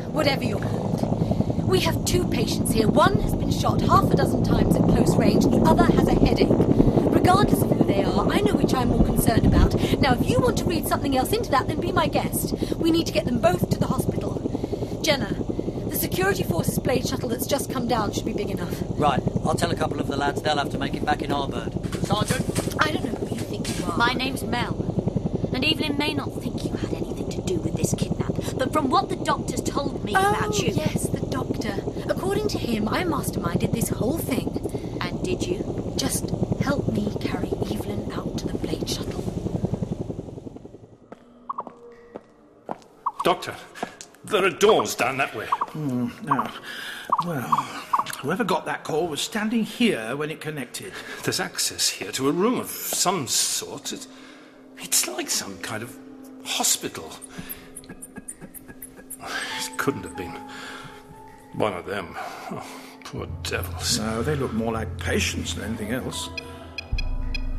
E: Whatever you're called. We have two patients here. One has been shot half a dozen times at close range, the other has a headache. Regardless of who they are, I know which I'm more concerned about. Now, if you want to read something else into that, then be my guest. We need to get them both to the hospital. Jenna, the security forces blade shuttle that's just come down should be big enough.
M: Right, I'll tell a couple of the lads they'll have to make it back in our bird. Sergeant?
E: I don't know who you think you are.
C: My name's Mel. And Evelyn may not think you had anything to do with this kidnap, but from what the doctors told me
M: Uh,
E: oh,
C: about you.
E: yes, the doctor. According to him, I masterminded this whole thing.
C: And did you?
E: Just help me carry Evelyn out to the blade shuttle.
J: Doctor, there are doors down that way.
Q: Hmm, now, well, whoever got that call was standing here when it connected.
J: There's access here to a room of some sort. It, it's like some kind of hospital. It couldn't have been one of them. Oh, poor devils.
Q: No, they look more like patients than anything else.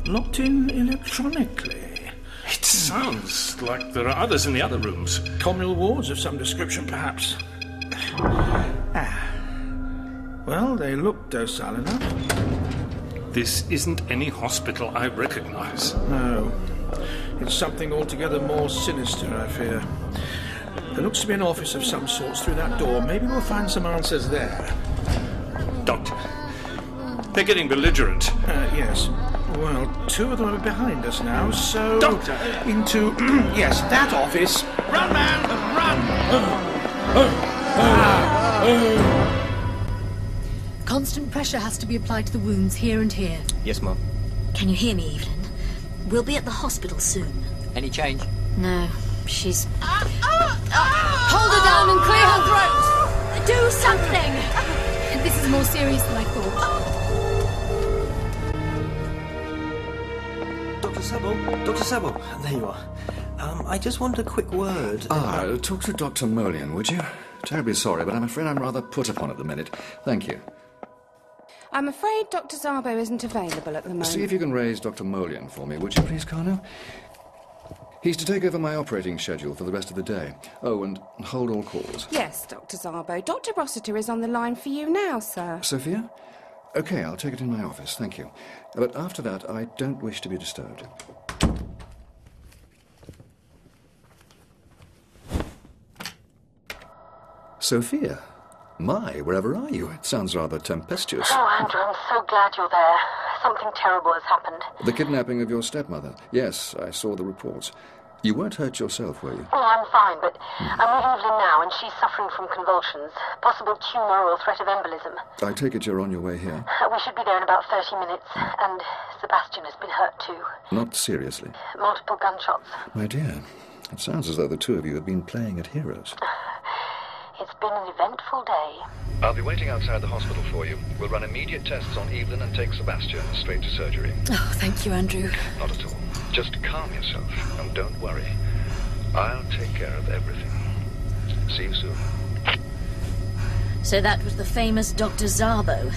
Q: Locked in electronically.
J: It sounds like there are others in the other rooms.
Q: Communal wards of some description, perhaps. Ah. Well, they look docile enough.
J: This isn't any hospital I recognize.
Q: No. It's something altogether more sinister, I fear. There looks to be an office of some sorts through that door. Maybe we'll find some answers there.
J: Doctor, they're getting belligerent.
Q: Uh, yes. Well, two of them are behind us now, so.
F: Doctor!
Q: Into. yes, that office.
F: Run, man! Run!
E: Constant pressure has to be applied to the wounds here and here.
P: Yes, Mum.
C: Can you hear me, Evelyn? We'll be at the hospital soon.
M: Any change?
C: No, she's.
E: Hold her down and clear her throat!
C: Do something!
E: This is more serious than I thought.
I: Dr. Saville, Dr. Saville, there you are. Um, I just wanted a quick word.
H: Ah, talk to Dr. Molian, would you? Terribly sorry, but I'm afraid I'm rather put upon at the minute. Thank you.
R: I'm afraid Dr. Zabo isn't available at the moment.
H: See if you can raise Dr. Molian for me, would you please, Carno? He's to take over my operating schedule for the rest of the day. Oh, and hold all calls.
R: Yes, Dr. Zabo. Dr. Rossiter is on the line for you now, sir.
H: Sophia? Okay, I'll take it in my office, thank you. But after that, I don't wish to be disturbed. Sophia? My, wherever are you? It sounds rather tempestuous.
E: Oh,
S: Oh, Andrew, I'm so glad you're there. Something terrible has happened.
H: The kidnapping of your stepmother. Yes, I saw the reports. You weren't hurt yourself, were you?
S: Oh, I'm fine, but I'm with Evelyn now, and she's suffering from convulsions, possible tumour or threat of embolism.
H: I take it you're on your way here.
S: Uh, We should be there in about 30 minutes, and Sebastian has been hurt too.
H: Not seriously.
S: Multiple gunshots.
H: My dear, it sounds as though the two of you have been playing at heroes.
S: It's been an eventful day.
T: I'll be waiting outside the hospital for you. We'll run immediate tests on Evelyn and take Sebastian straight to surgery.
E: Oh, thank you, Andrew.
T: Not at all. Just calm yourself and don't worry. I'll take care of everything. See you soon.
C: So that was the famous Dr. Zabo.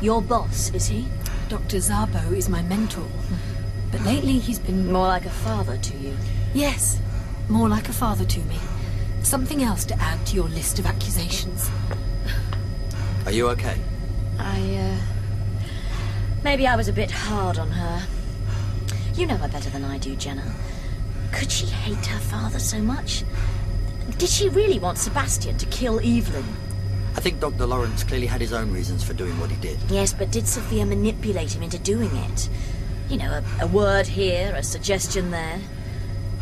C: Your boss, is he?
E: Dr. Zabo is my mentor. But lately he's been.
C: More like a father to you.
E: Yes, more like a father to me. Something else to add to your list of accusations.
I: Are you okay?
C: I, uh. Maybe I was a bit hard on her. You know her better than I do, Jenna. Could she hate her father so much? Did she really want Sebastian to kill Evelyn?
M: I think Dr. Lawrence clearly had his own reasons for doing what he did.
C: Yes, but did Sophia manipulate him into doing it? You know, a, a word here, a suggestion there.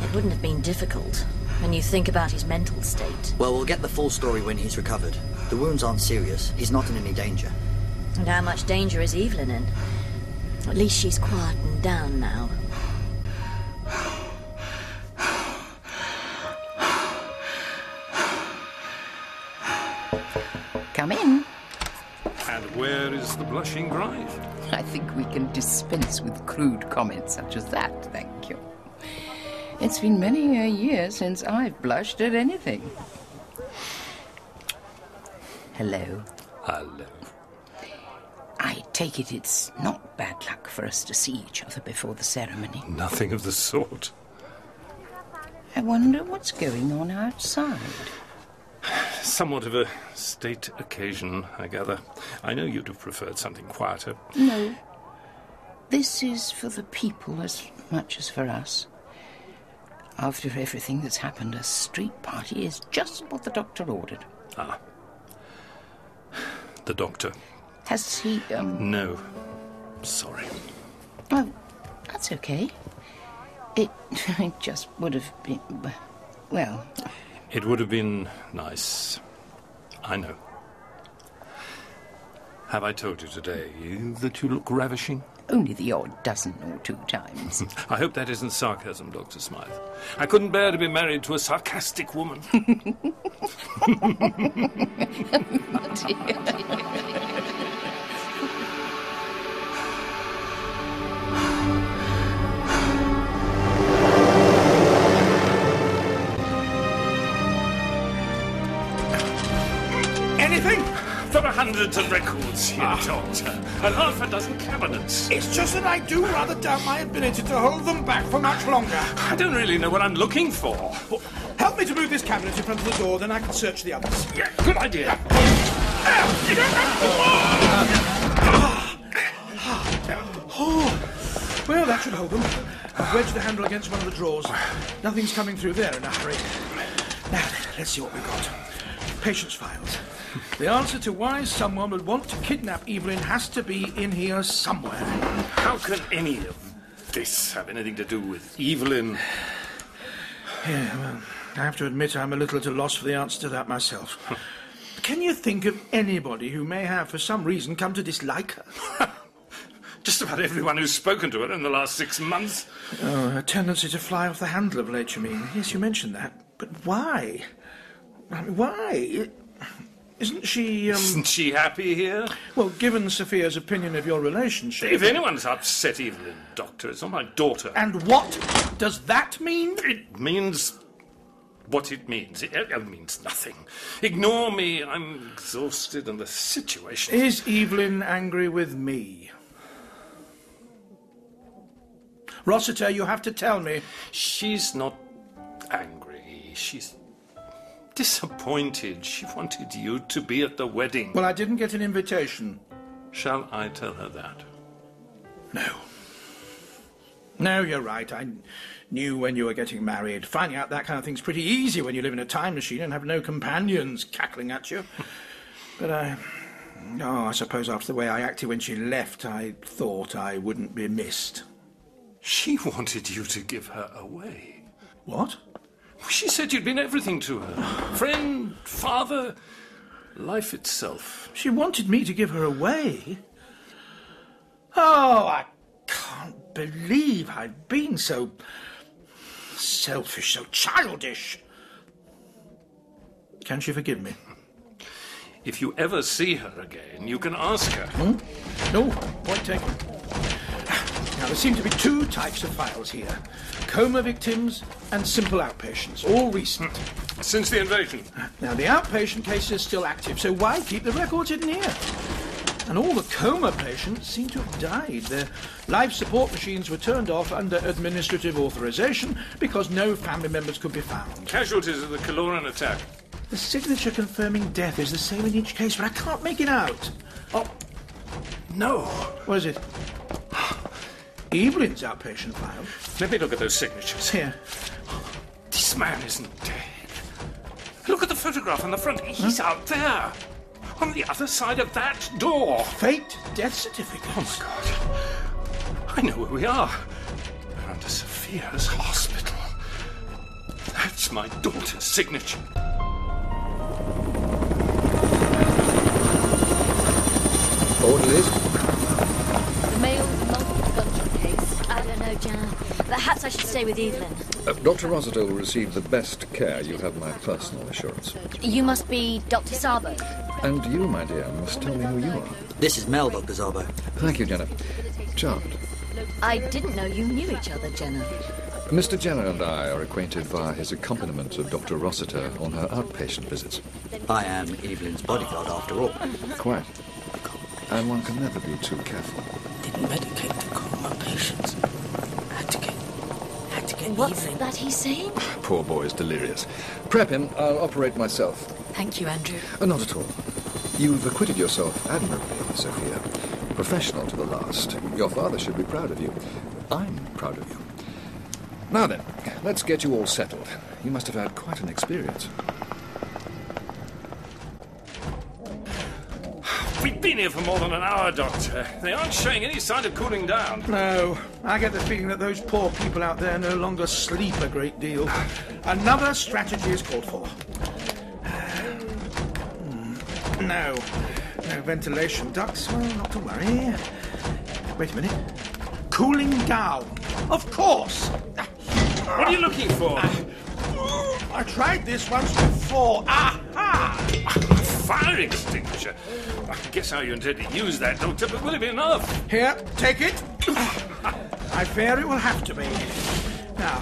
C: It wouldn't have been difficult when you think about his mental state.
M: Well, we'll get the full story when he's recovered. The wounds aren't serious. He's not in any danger.
C: And how much danger is Evelyn in? At least she's quietened down now.
B: Come in.
J: And where is the blushing bride?
B: I think we can dispense with crude comments such as that, thank you. It's been many a year since I've blushed at anything. Hello.
J: Hello.
B: I take it it's not bad luck for us to see each other before the ceremony.
J: Nothing of the sort.
B: I wonder what's going on outside.
J: Somewhat of a state occasion, I gather. I know you'd have preferred something quieter.
B: No. This is for the people as much as for us. After everything that's happened, a street party is just what the doctor ordered.
J: Ah. The doctor.
B: Has he, um.
J: No. Sorry.
B: Oh, that's okay. It, it just would have been. Well,
J: It would have been nice. I know. Have I told you today eh, that you look ravishing?
B: only the odd dozen or two times.
J: I hope that isn't sarcasm, Dr. Smythe. I couldn't bear to be married to a sarcastic woman. Anything? Ah. From a hundred to records here, Doctor. And half a dozen cabinets.
F: It's just that I do rather doubt my ability to hold them back for much longer.
J: I don't really know what I'm looking for.
F: Help me to move this cabinet in front of the door, then I can search the others. Ah,
J: Yeah, good idea.
F: Oh, well, that should hold them. I've wedged the handle against one of the drawers. Nothing's coming through there in a hurry. Now then, let's see what we've got. Patient's files. The answer to why someone would want to kidnap Evelyn has to be in here somewhere.
J: How can any of this have anything to do with Evelyn?
F: Yeah, well, I have to admit I'm a little at a loss for the answer to that myself. Can you think of anybody who may have, for some reason, come to dislike her?
J: Just about everyone who's spoken to her in the last six months.
F: Oh, a tendency to fly off the handle of late, you mean? Yes, you mentioned that. But why? I mean, Why? Isn't she, um...
J: Isn't she happy here?
F: Well, given Sophia's opinion of your relationship...
J: If anyone's upset Evelyn, Doctor, it's not my daughter.
F: And what does that mean?
J: It means what it means. It, it means nothing. Ignore me. I'm exhausted and the situation.
F: Is Evelyn angry with me? Rossiter, you have to tell me.
J: She's not angry. She's disappointed. She wanted you to be at the wedding.
F: Well, I didn't get an invitation.
J: Shall I tell her that?
F: No, you're right. I knew when you were getting married. Finding out that kind of thing's pretty easy when you live in a time machine and have no companions cackling at you. But I, Oh, I suppose after the way I acted when she left, I thought I wouldn't be missed.
J: She wanted you to give her away.
F: What?
J: She said you'd been everything to her friend, father, life itself.
F: She wanted me to give her away? Oh, I can't believe I've been so selfish, so childish. Can she forgive me?
J: If you ever see her again, you can ask her.
F: Hmm? No, point taken. Now, there seem to be two types of files here coma victims and simple outpatients, all recent.
J: Since the invasion.
F: Now, the outpatient case is still active, so why keep the records hidden here? And all the coma patients seem to have died. Their life support machines were turned off under administrative authorization because no family members could be found.
J: Casualties of the Kaloran attack.
F: The signature confirming death is the same in each case, but I can't make it out. Oh, no. What is it? Evelyn's outpatient file.
J: Let me look at those signatures.
F: Here.
J: This man isn't dead. Look at the photograph on the front. He's out there. On the other side of that door.
F: Faked death certificate.
J: Oh my god. I know where we are. We're under Sophia's hospital. That's my daughter's signature.
H: Order, Liz.
C: The male multiple case. I don't know, Jenna. Perhaps I should stay with Evelyn.
H: Uh, Dr. Rossiter will receive the best care. You have my personal assurance.
C: You must be Dr. Sabo.
H: And you, my dear, must tell me who you are.
M: This is Mel, Dr. Zabo.
H: Thank you, Jenna. Charmed.
C: I didn't know you knew each other, Jenna.
H: Mr. Jenner and I are acquainted via his accompaniment of Dr. Rossiter on her outpatient visits.
M: I am Evelyn's bodyguard, after all.
H: Quite. And one can never be too careful.
M: Didn't medicate the coma patients. Had to get. Had to get
C: uh, What's that he's saying?
H: Poor boy is delirious. Prep him. I'll operate myself.
E: Thank you, Andrew.
H: Uh, Not at all. You've acquitted yourself admirably, Sophia. Professional to the last. Your father should be proud of you. I'm proud of you. Now then, let's get you all settled. You must have had quite an experience.
J: We've been here for more than an hour, Doctor. They aren't showing any sign of cooling down.
F: No, I get the feeling that those poor people out there no longer sleep a great deal. Another strategy is called for. Hmm, No, no ventilation ducts. Well, not to worry. Wait a minute. Cooling down. Of course. What
J: are you looking for?
F: I tried this once before. Ah! Aha!
J: Fire extinguisher. I guess how you intend to use that, Doctor, but will it be enough?
F: Here, take it. I fear it will have to be. Now,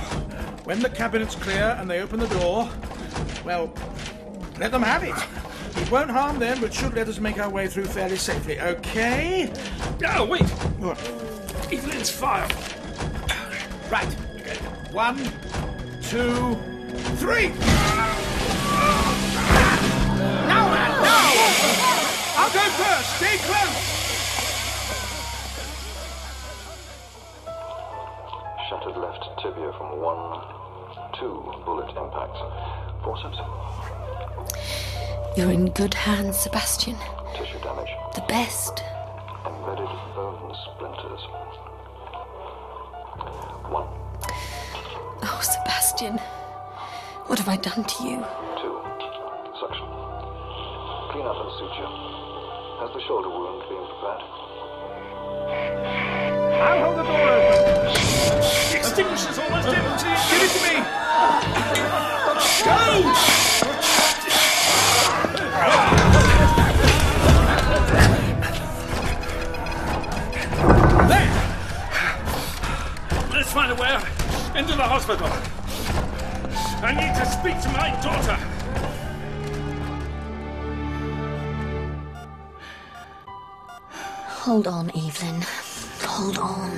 F: when the cabinet's clear and they open the door, well, let them have it. It won't harm them, but should let us make our way through fairly safely, okay?
J: Oh, wait!
F: What?
J: Evelyn's file.
F: Right. One, two, three! Now, man, now! I'll go first, stay close!
U: Shattered left tibia from one, two bullet impacts. Forceps,
E: You're in good hands, Sebastian.
U: tissue damage,
E: The best.
U: embedded bone splinters. One,
E: Oh, Sebastian. What have I done to you?
U: two, suction. Clean up and suture. Has the shoulder wound been prepared?
F: I'll hold the door open. Extinguishers almost empty. Give it to me. Go!
J: Let's find a way out. into the hospital. I need to speak to my daughter.
C: Hold on, Evelyn. Hold on.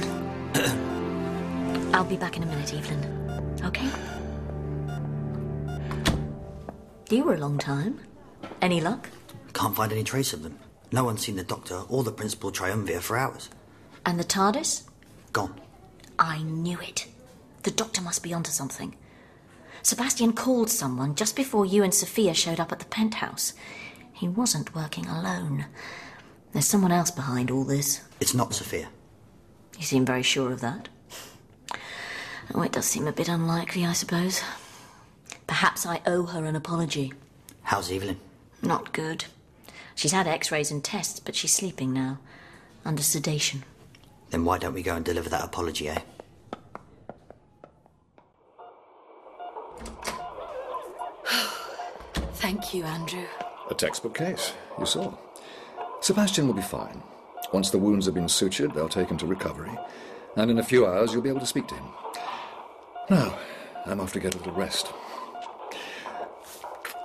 C: I'll be back in a minute, Evelyn. Okay? You were a long time. Any luck?
M: Can't find any trace of them. No one's seen the doctor or the principal triumvir for hours.
C: And the TARDIS?
M: Gone.
C: I knew it. The doctor must be onto something. Sebastian called someone just before you and Sophia showed up at the penthouse. He wasn't working alone. There's someone else behind all this.
M: It's not Sophia.
C: You seem very sure of that. Oh, it does seem a bit unlikely, I suppose. Perhaps I owe her an apology.
M: How's Evelyn?
C: Not good. She's had x rays and tests, but she's sleeping now, under sedation.
M: Then why don't we go and deliver that apology, eh?
E: Thank you, Andrew.
H: A textbook case, you saw. Sebastian will be fine. Once the wounds have been sutured, they'll take him to recovery. And in a few hours, you'll be able to speak to him. Now, I'm off to get a little rest.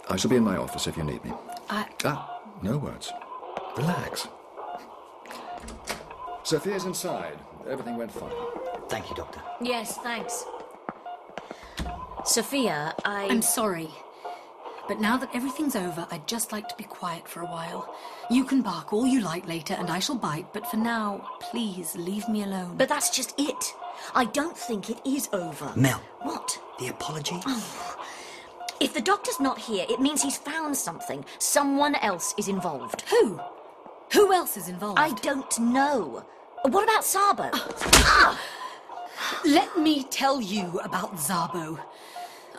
H: I shall be in my office if you need me.
E: I.
H: Ah, no words. Relax. Sophia's inside. Everything went fine.
M: Thank you, Doctor.
C: Yes, thanks. Sophia, I.
E: I'm sorry. But now that everything's over, I'd just like to be quiet for a while. You can bark all you like later, and I shall bite, but for now, please leave me alone.
C: But that's just it. I don't think it is over.
M: Mel.
C: What? Oh.
M: The apology?
C: If the doctor's not here, it means he's found something. Someone else is involved.
E: Who? Who else is involved?
C: I don't know. What about Sabo?
E: Let me tell you about Zabo.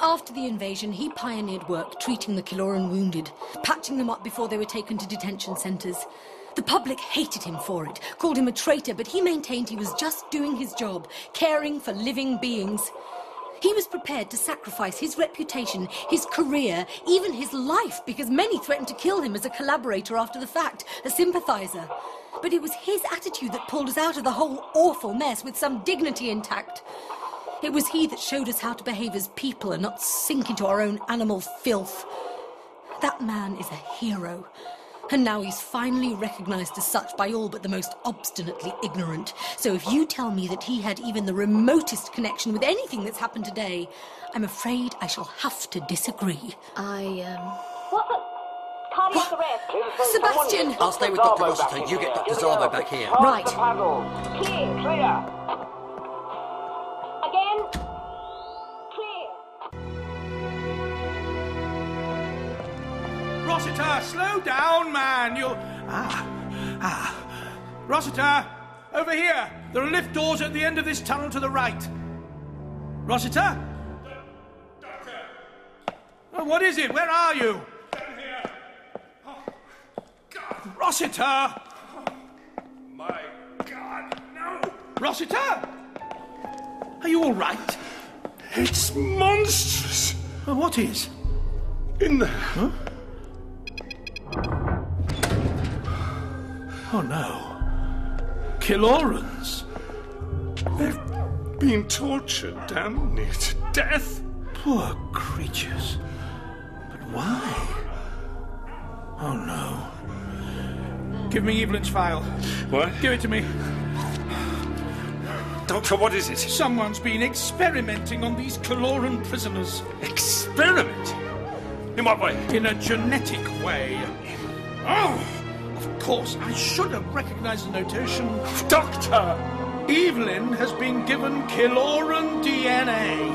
E: After the invasion, he pioneered work treating the Kiloran wounded, patching them up before they were taken to detention centres. The public hated him for it, called him a traitor, but he maintained he was just doing his job, caring for living beings. He was prepared to sacrifice his reputation, his career, even his life, because many threatened to kill him as a collaborator after the fact, a sympathiser. But it was his attitude that pulled us out of the whole awful mess with some dignity intact. It was he that showed us how to behave as people and not sink into our own animal filth. That man is a hero. And now he's finally recognized as such by all but the most obstinately ignorant. So if you tell me that he had even the remotest connection with anything that's happened today, I'm afraid I shall have to disagree.
C: I, um.
S: What the? Cardiac arrest.
E: Sebastian!
C: Oh,
I: I'll stay with Dr. Rossiter. You get Dr. Zabo back here.
E: Right.
S: Clear. Clear. Again. Clear.
F: Rossiter, slow down, man. You'll. Ah. Ah. Rossiter, over here. There are lift doors at the end of this tunnel to the right. Rossiter? Oh, what is it? Where are you? Rossiter!
J: My God, no!
F: Rossiter! Are you all right?
J: It's monstrous!
F: What is?
J: In there. Huh?
F: Oh no. Kilorans.
J: They've been tortured damn near to death.
F: Poor creatures. But why? Oh no. Give me Evelyn's file.
J: What?
F: Give it to me.
J: Doctor, what is it?
F: Someone's been experimenting on these Kaloran prisoners.
J: Experiment? In what way?
F: In a genetic way. Oh! Of course, I should have recognized the notation.
J: Doctor!
F: Evelyn has been given Kiloran DNA.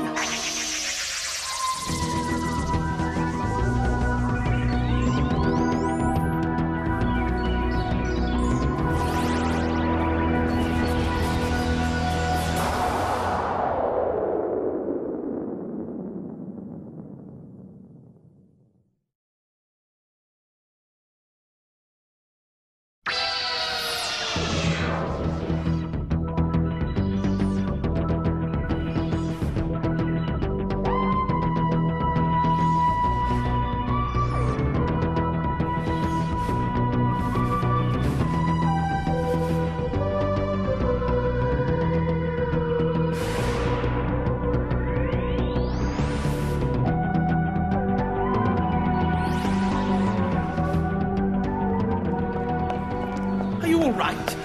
F: Are you all right?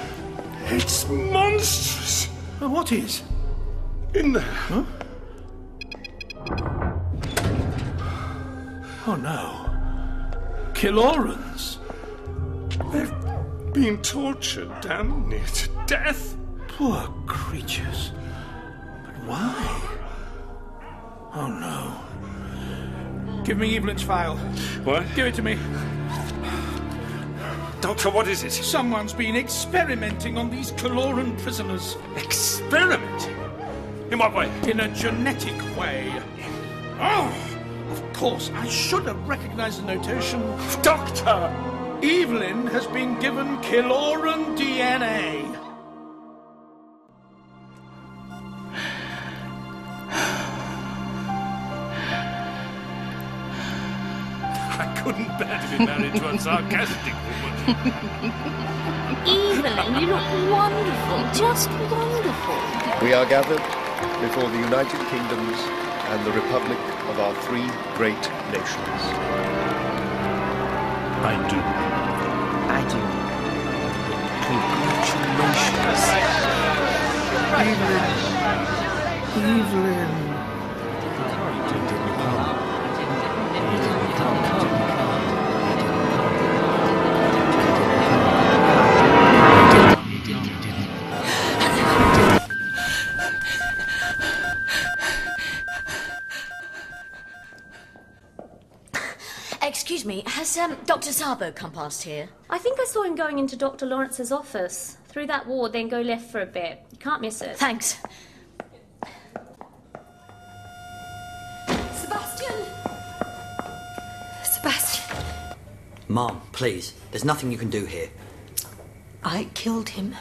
J: It's monstrous!
F: Oh, What is?
J: In there.
F: Oh no. Kilorans.
J: They've been tortured damn near to death.
F: Poor creatures. But why? Oh no. Give me Evelyn's file.
J: What?
F: Give it to me.
J: Doctor, what is it?
F: Someone's been experimenting on these Kaloran prisoners.
J: Experimenting? In what way?
F: In a genetic way. Oh, of course, I should have recognized the notation.
J: Doctor!
F: Evelyn has been given Kiloran DNA.
J: I couldn't bear to be married to a sarcastic woman.
C: Evelyn, you look wonderful, just wonderful.
A: We are gathered before the United Kingdoms and the Republic of our three great nations. I do. I do.
B: Congratulations. Evelyn. Evelyn.
C: Excuse me, has um, Dr. Sabo come past here?
V: I think I saw him going into Dr. Lawrence's office. Through that ward, then go left for a bit. You can't miss it.
C: Thanks.
E: Sebastian! Sebastian!
M: Mom, please. There's nothing you can do here.
E: I killed him.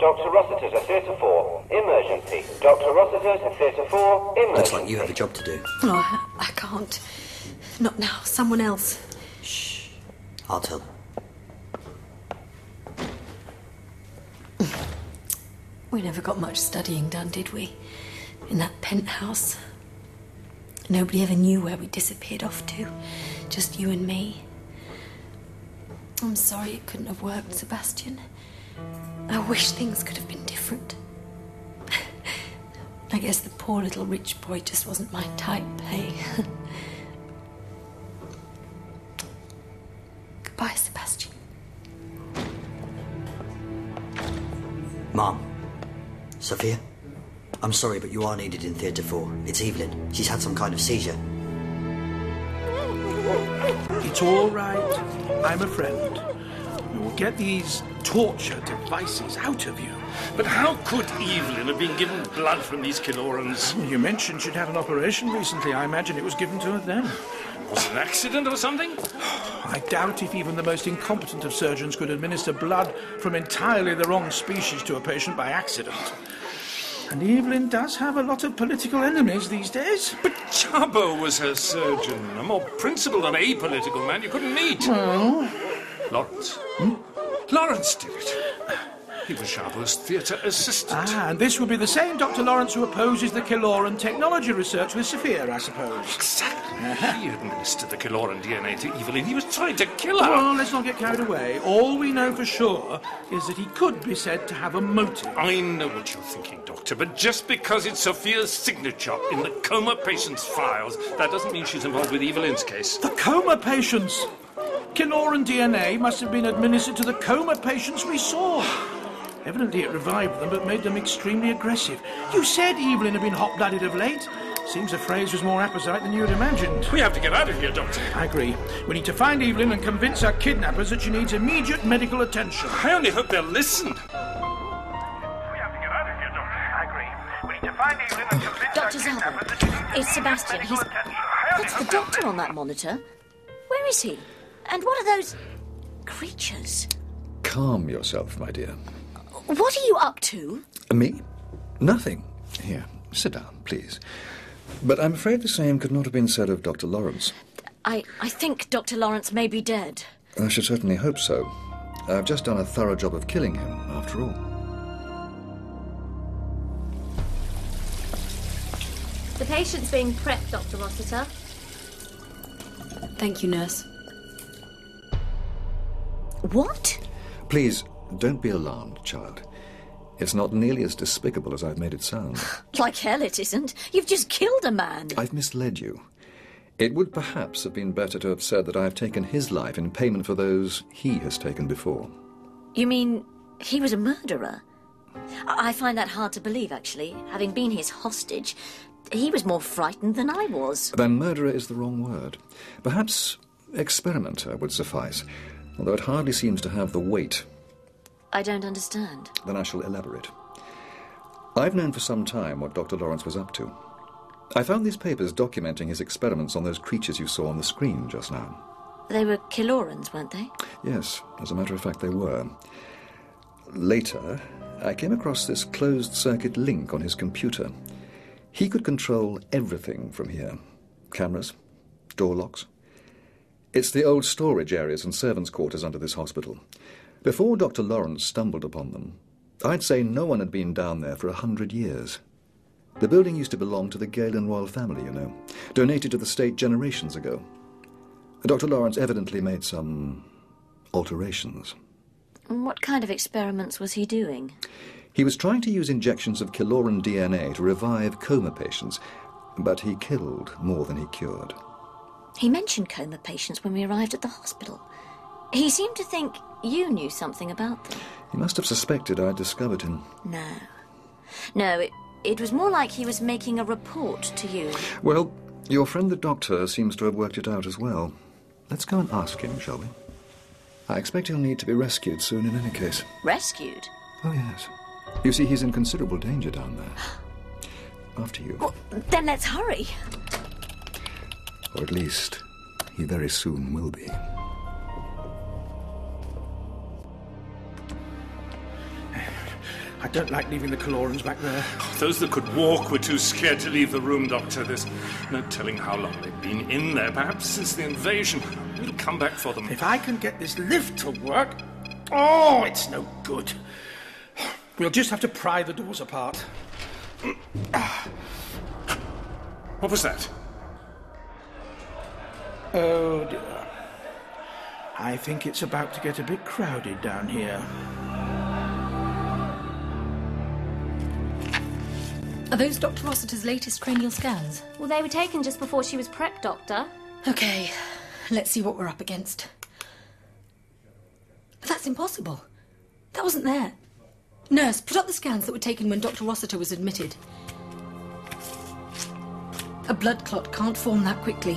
R: Dr. Rossiter's a theatre four. Emergency. Dr. Rossiter's a theatre four. Emergency.
M: Looks like you have a job to do.
E: No, I, I can't. Not now. Someone else.
M: I'll tell them.
E: We never got much studying done, did we? In that penthouse. Nobody ever knew where we disappeared off to. Just you and me. I'm sorry it couldn't have worked, Sebastian. I wish things could have been different. I guess the poor little rich boy just wasn't my type, hey? Goodbye, Sebastian.
M: Mom. Sophia? I'm sorry, but you are needed in Theatre 4. It's Evelyn. She's had some kind of seizure.
F: It's all right. I'm a friend. We will get these torture devices out of you.
J: But how could Evelyn have been given blood from these Kilorans?
F: You mentioned she'd had an operation recently. I imagine it was given to her then.
J: Was it an accident or something?
F: I doubt if even the most incompetent of surgeons could administer blood from entirely the wrong species to a patient by accident. And Evelyn does have a lot of political enemies these days.
J: But Chabo was her surgeon, a more principled and apolitical man you couldn't meet. Hmm?
F: Well.
J: Lawrence. Lawrence did it. He was Chabo's theatre assistant.
F: Ah, and this would be the same Dr. Lawrence who opposes the Kiloran technology research with Sophia, I suppose. Uh-huh.
J: Exactly. He administered the Kiloran DNA to Evelyn. He was trying to kill her.
F: Well, let's not get carried away. All we know for sure is that he could be said to have a motive.
J: I know what you're thinking, Doctor, but just because it's Sophia's signature in the coma patient's files, that doesn't mean she's involved with Evelyn's case.
F: The coma patients! Kiloran DNA must have been administered to the coma patients we saw. Evidently, it revived them but made them extremely aggressive. You said Evelyn had been hot blooded of late. Seems the phrase was more apposite than you'd imagined.
J: We have to get out of here, Doctor.
F: I agree. We need to find Evelyn and convince our kidnappers that she needs immediate medical attention.
J: I only hope they'll listen.
C: Dr. Zabo, it's Sebastian. He's... That's the doctor on that monitor. Where is he? And what are those creatures?
H: Calm yourself, my dear.
C: What are you up to?
H: Me? Nothing. Here, sit down, please. But I'm afraid the same could not have been said of Dr. Lawrence.
C: I, I think Dr. Lawrence may be dead.
H: I should certainly hope so. I've just done a thorough job of killing him, after all.
V: The patient's being prepped, Dr. Rossiter.
E: Thank you, nurse.
C: What?
H: Please, don't be alarmed, child. It's not nearly as despicable as I've made it sound.
C: Like hell it isn't. You've just killed a man.
H: I've misled you. It would perhaps have been better to have said that I have taken his life in payment for those he has taken before.
C: You mean he was a murderer? I I find that hard to believe, actually, having been his hostage. He was more frightened than I was.
H: Then murderer is the wrong word. Perhaps experimenter would suffice. although it hardly seems to have the weight.
C: I don't understand.
H: Then I shall elaborate. I've known for some time what Dr. Lawrence was up to. I found these papers documenting his experiments on those creatures you saw on the screen just now.
C: They were Kilorans, weren't they?
H: Yes, as a matter of fact, they were. Later, I came across this closed circuit link on his computer. He could control everything from here cameras, door locks. It's the old storage areas and servants' quarters under this hospital. Before Dr. Lawrence stumbled upon them, I'd say no one had been down there for a hundred years. The building used to belong to the Galen royal family, you know, donated to the state generations ago. Dr. Lawrence evidently made some alterations.
C: What kind of experiments was he doing?
H: He was trying to use injections of Kiloran DNA to revive coma patients, but he killed more than he cured.
C: He mentioned coma patients when we arrived at the hospital. He seemed to think you knew something about them.
H: He must have suspected I'd discovered him.
C: No. No, it, it was more like he was making a report to you.
H: Well, your friend the doctor seems to have worked it out as well. Let's go and ask him, shall we? I expect he'll need to be rescued soon in any case.
C: Rescued?
H: Oh, yes. You see, he's in considerable danger down there. After you.
C: Then let's hurry.
H: Or at least, he very soon will be.
F: I don't like leaving the Calorans back there.
J: Those that could walk were too scared to leave the room, Doctor. There's no telling how long they've been in there, perhaps since the invasion. We'll come back for them.
F: If I can get this lift to work, oh, it's no good. We'll just have to pry the doors apart.
J: What was that?
F: Oh dear. I think it's about to get a bit crowded down here.
E: Are those Dr. Rossiter's latest cranial scans?
W: Well, they were taken just before she was prepped, Doctor.
E: Okay, let's see what we're up against. That's impossible. That wasn't there. Nurse, put up the scans that were taken when Dr. Rossiter was admitted. A blood clot can't form that quickly.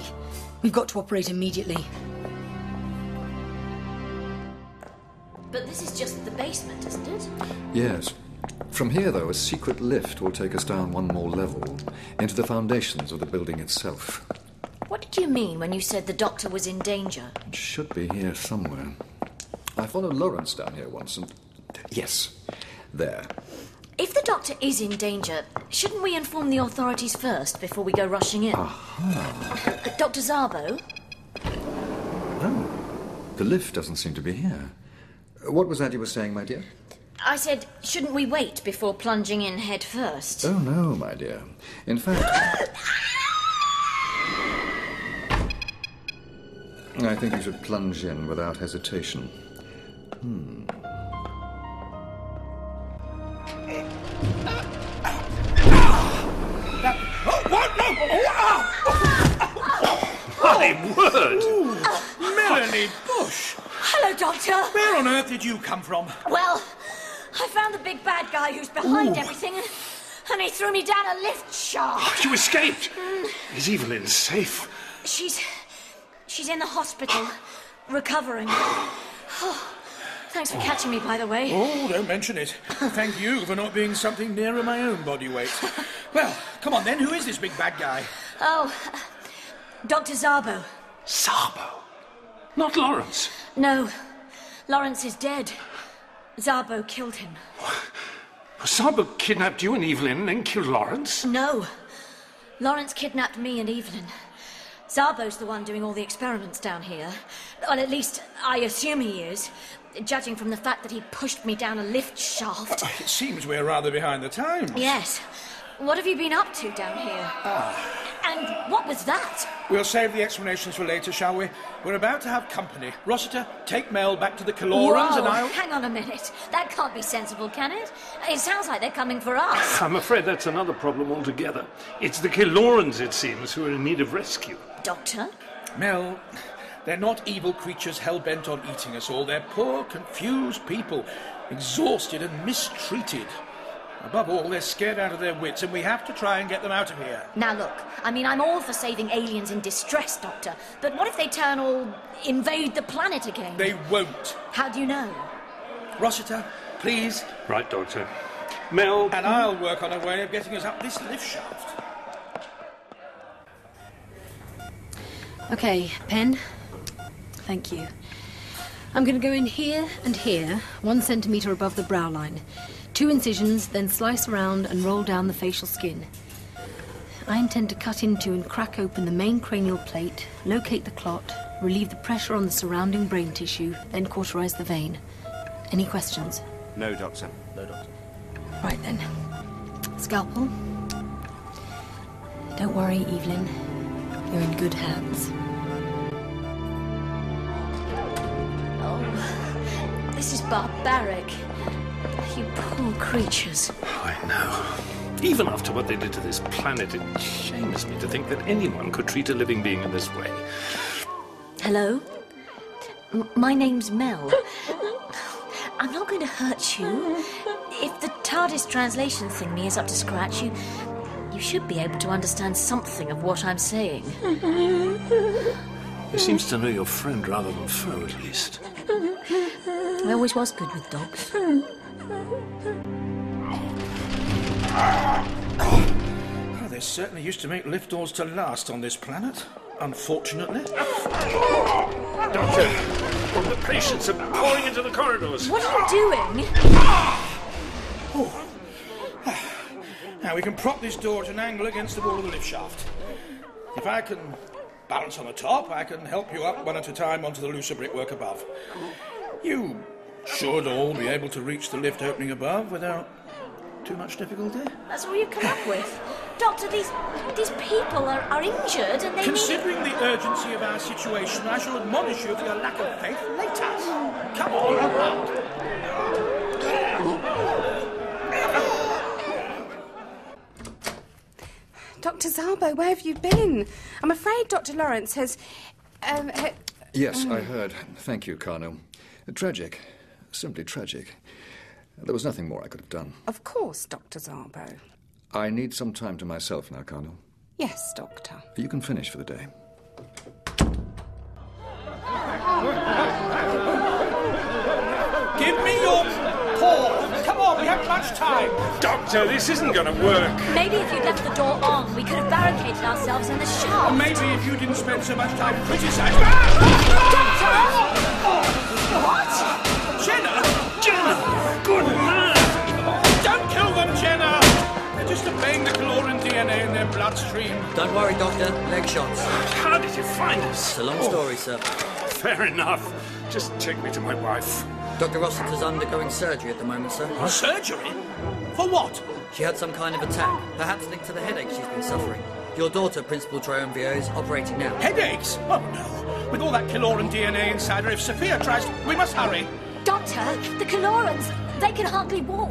E: We've got to operate immediately.
C: But this is just the basement, isn't it?
H: Yes. From here, though, a secret lift will take us down one more level into the foundations of the building itself.
C: What did you mean when you said the doctor was in danger?
H: It should be here somewhere. I followed Lawrence down here once and. Yes, there.
C: If the doctor is in danger, shouldn't we inform the authorities first before we go rushing in?
H: Ah.
C: Uh, Dr. Zabo?
H: The lift doesn't seem to be here. What was that you were saying, my dear?
C: I said, shouldn't we wait before plunging in head first?
H: Oh, no, my dear. In fact. I think you should plunge in without hesitation. Hmm.
F: My word! Melanie Bush!
C: Hello, Doctor!
F: Where on earth did you come from?
C: Well, I found the big bad guy who's behind everything, and, and he threw me down a lift shaft. Mm,
J: You escaped! Is Evelyn safe?
C: She's. she's in the hospital, recovering. Oh, thanks for catching me, by the way.
F: Oh, don't mention it. Thank you for not being something nearer my own body weight. Well, come on then, who is this big bad guy?
C: Oh, uh, Dr. Zabo.
J: Sabo? Not Lawrence.
C: No, Lawrence is dead. Zabo killed him.
J: Sabo kidnapped you and Evelyn and then killed Lawrence?
C: No. Lawrence kidnapped me and Evelyn. Zabo's the one doing all the experiments down here. Well, at least I assume he is, judging from the fact that he pushed me down a lift shaft.
F: It seems we're rather behind the times.
C: Yes. What have you been up to down here? And what was that?
F: We'll save the explanations for later, shall we? We're about to have company. Rossiter, take Mel back to the Calorans
C: Whoa,
F: and I'll.
C: Hang on a minute. That can't be sensible, can it? It sounds like they're coming for us.
J: I'm afraid that's another problem altogether. It's the Kilorans, it seems, who are in need of rescue.
C: Doctor?
F: Mel, they're not evil creatures hell bent on eating us all. They're poor, confused people, exhausted and mistreated. Above all, they're scared out of their wits, and we have to try and get them out of here.
C: Now look, I mean, I'm all for saving aliens in distress, Doctor, but what if they turn all invade the planet again?
F: They won't.
C: How do you know?
F: Rossiter, please.
J: Right, Doctor. Mel.
F: And I'll work on a way of getting us up this lift shaft.
E: Okay, pen. Thank you. I'm going to go in here and here, one centimetre above the brow line. Two incisions, then slice around and roll down the facial skin. I intend to cut into and crack open the main cranial plate, locate the clot, relieve the pressure on the surrounding brain tissue, then cauterize the vein. Any questions?
N: No, Doctor. No, Doctor.
E: Right then. Scalpel. Don't worry, Evelyn. You're in good hands.
C: Oh, this is barbaric. You poor creatures.
J: I know. Even after what they did to this planet, it shames me to think that anyone could treat a living being in this way.
C: Hello? M- my name's Mel. I'm not going to hurt you. If the TARDIS translation thingy is up to scratch, you. You should be able to understand something of what I'm saying.
J: He seems to know your friend rather than foe, at least.
C: I always was good with dogs.
F: Well, Ah, they certainly used to make lift doors to last on this planet, unfortunately.
J: Doctor, all the patients are pouring into the corridors.
C: What are you doing?
F: Now, we can prop this door at an angle against the wall of the lift shaft. If I can balance on the top, I can help you up one at a time onto the looser brickwork above. You should all be able to reach the lift opening above without too much difficulty.
C: That's all you come up with. Doctor, these these people are, are injured and they
F: Considering the urgency of our situation, I shall admonish you for your lack of faith later. Come on, around.
R: Dr. Zabo, where have you been? I'm afraid Dr. Lawrence has. Um, ha-
H: Yes,
R: Oh.
H: I heard. Thank you, Carno. Tragic. Simply tragic. There was nothing more I could have done.
R: Of course, Dr. Zabo.
H: I need some time to myself now, Carno.
R: Yes, Doctor.
H: You can finish for the day.
F: Give me your paw. Come on, we haven't much time.
J: Doctor, this isn't going to work.
C: Maybe if you'd left the door on, we could have barricaded ourselves in the shaft.
F: Or maybe if you didn't spend so much time criticising. Ah! What? Jenna! Jenna! Good man! Don't kill them, Jenna! They're just obeying the Caloran DNA in their bloodstream.
I: Don't worry, Doctor. Leg shots.
J: How did you find us?
I: It's a long
J: Oh.
I: story, sir.
J: Fair enough. Just take me to my wife.
I: Dr. Rossiter's undergoing surgery at the moment, sir.
F: Surgery? For what?
I: She had some kind of attack, perhaps linked to the headache she's been suffering. Your daughter, Principal Triumvio, is operating now.
F: Headaches? Oh no! With all that Kiloran DNA inside her, if Sophia tries, we must hurry.
C: Doctor, the Calorans, they can hardly walk.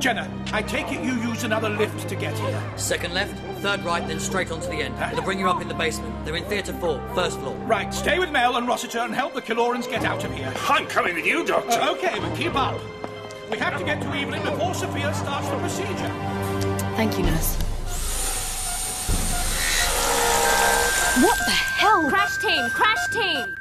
F: Jenna, I take it you use another lift to get here.
I: Second left, third right, then straight onto the end. It'll bring you up in the basement. They're in Theatre 4, first floor.
F: Right, stay with Mel and Rossiter and help the Kilorans get out of here. Uh,
J: I'm coming with you, Doctor.
F: okay, but keep up. We have to get to Evelyn before Sophia starts the procedure.
E: Thank you, nurse.
X: What the hell? Crash team, crash team!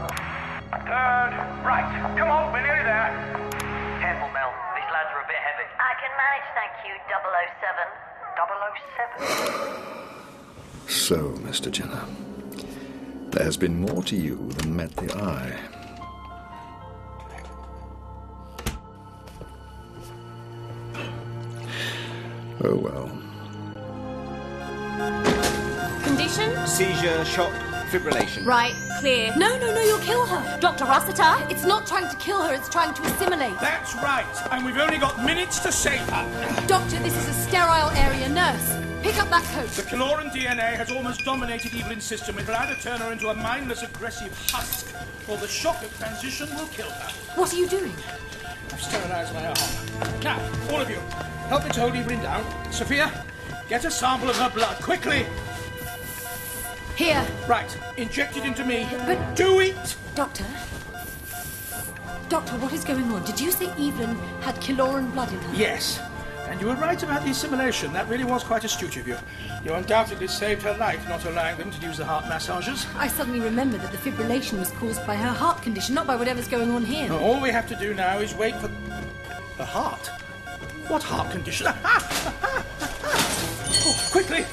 K: Third, right. Come on, we're nearly there. Careful, Mel. These lads are a bit heavy.
S: I can manage, thank you, 007. 007.
H: So, Mr. Jenner, there has been more to you than met the eye. Oh well.
S: oh
X: Condition?
N: Seizure, shock, fibrillation.
A: Right, clear.
E: No, no, no, you'll kill her.
A: Dr. Rossiter? It's not trying to kill her, it's trying to assimilate.
F: That's right, and we've only got minutes to save her.
A: Doctor, this is a sterile area. Nurse, pick up that coat.
F: The Kiloran DNA has almost dominated Evelyn's system. It'll either turn her into a mindless, aggressive husk, or the shock of transition will kill her.
E: What are you doing?
F: I've sterilized my arm. Now, all of you, help me to hold Evelyn down. Sophia, get a sample of her blood, quickly.
Y: Here.
F: Right, inject it into me. But do it!
E: Doctor? Doctor, what is going on? Did you say Evelyn had Kiloran blood in her?
F: Yes. And you were right about the assimilation. That really was quite astute of you. You undoubtedly saved her life, not allowing them to use the heart massagers.
E: I suddenly remembered that the fibrillation was caused by her heart condition, not by whatever's going on here.
F: Now, all we have to do now is wait for the heart. What heart condition? Ah, ah, ah, ah. Oh, quickly!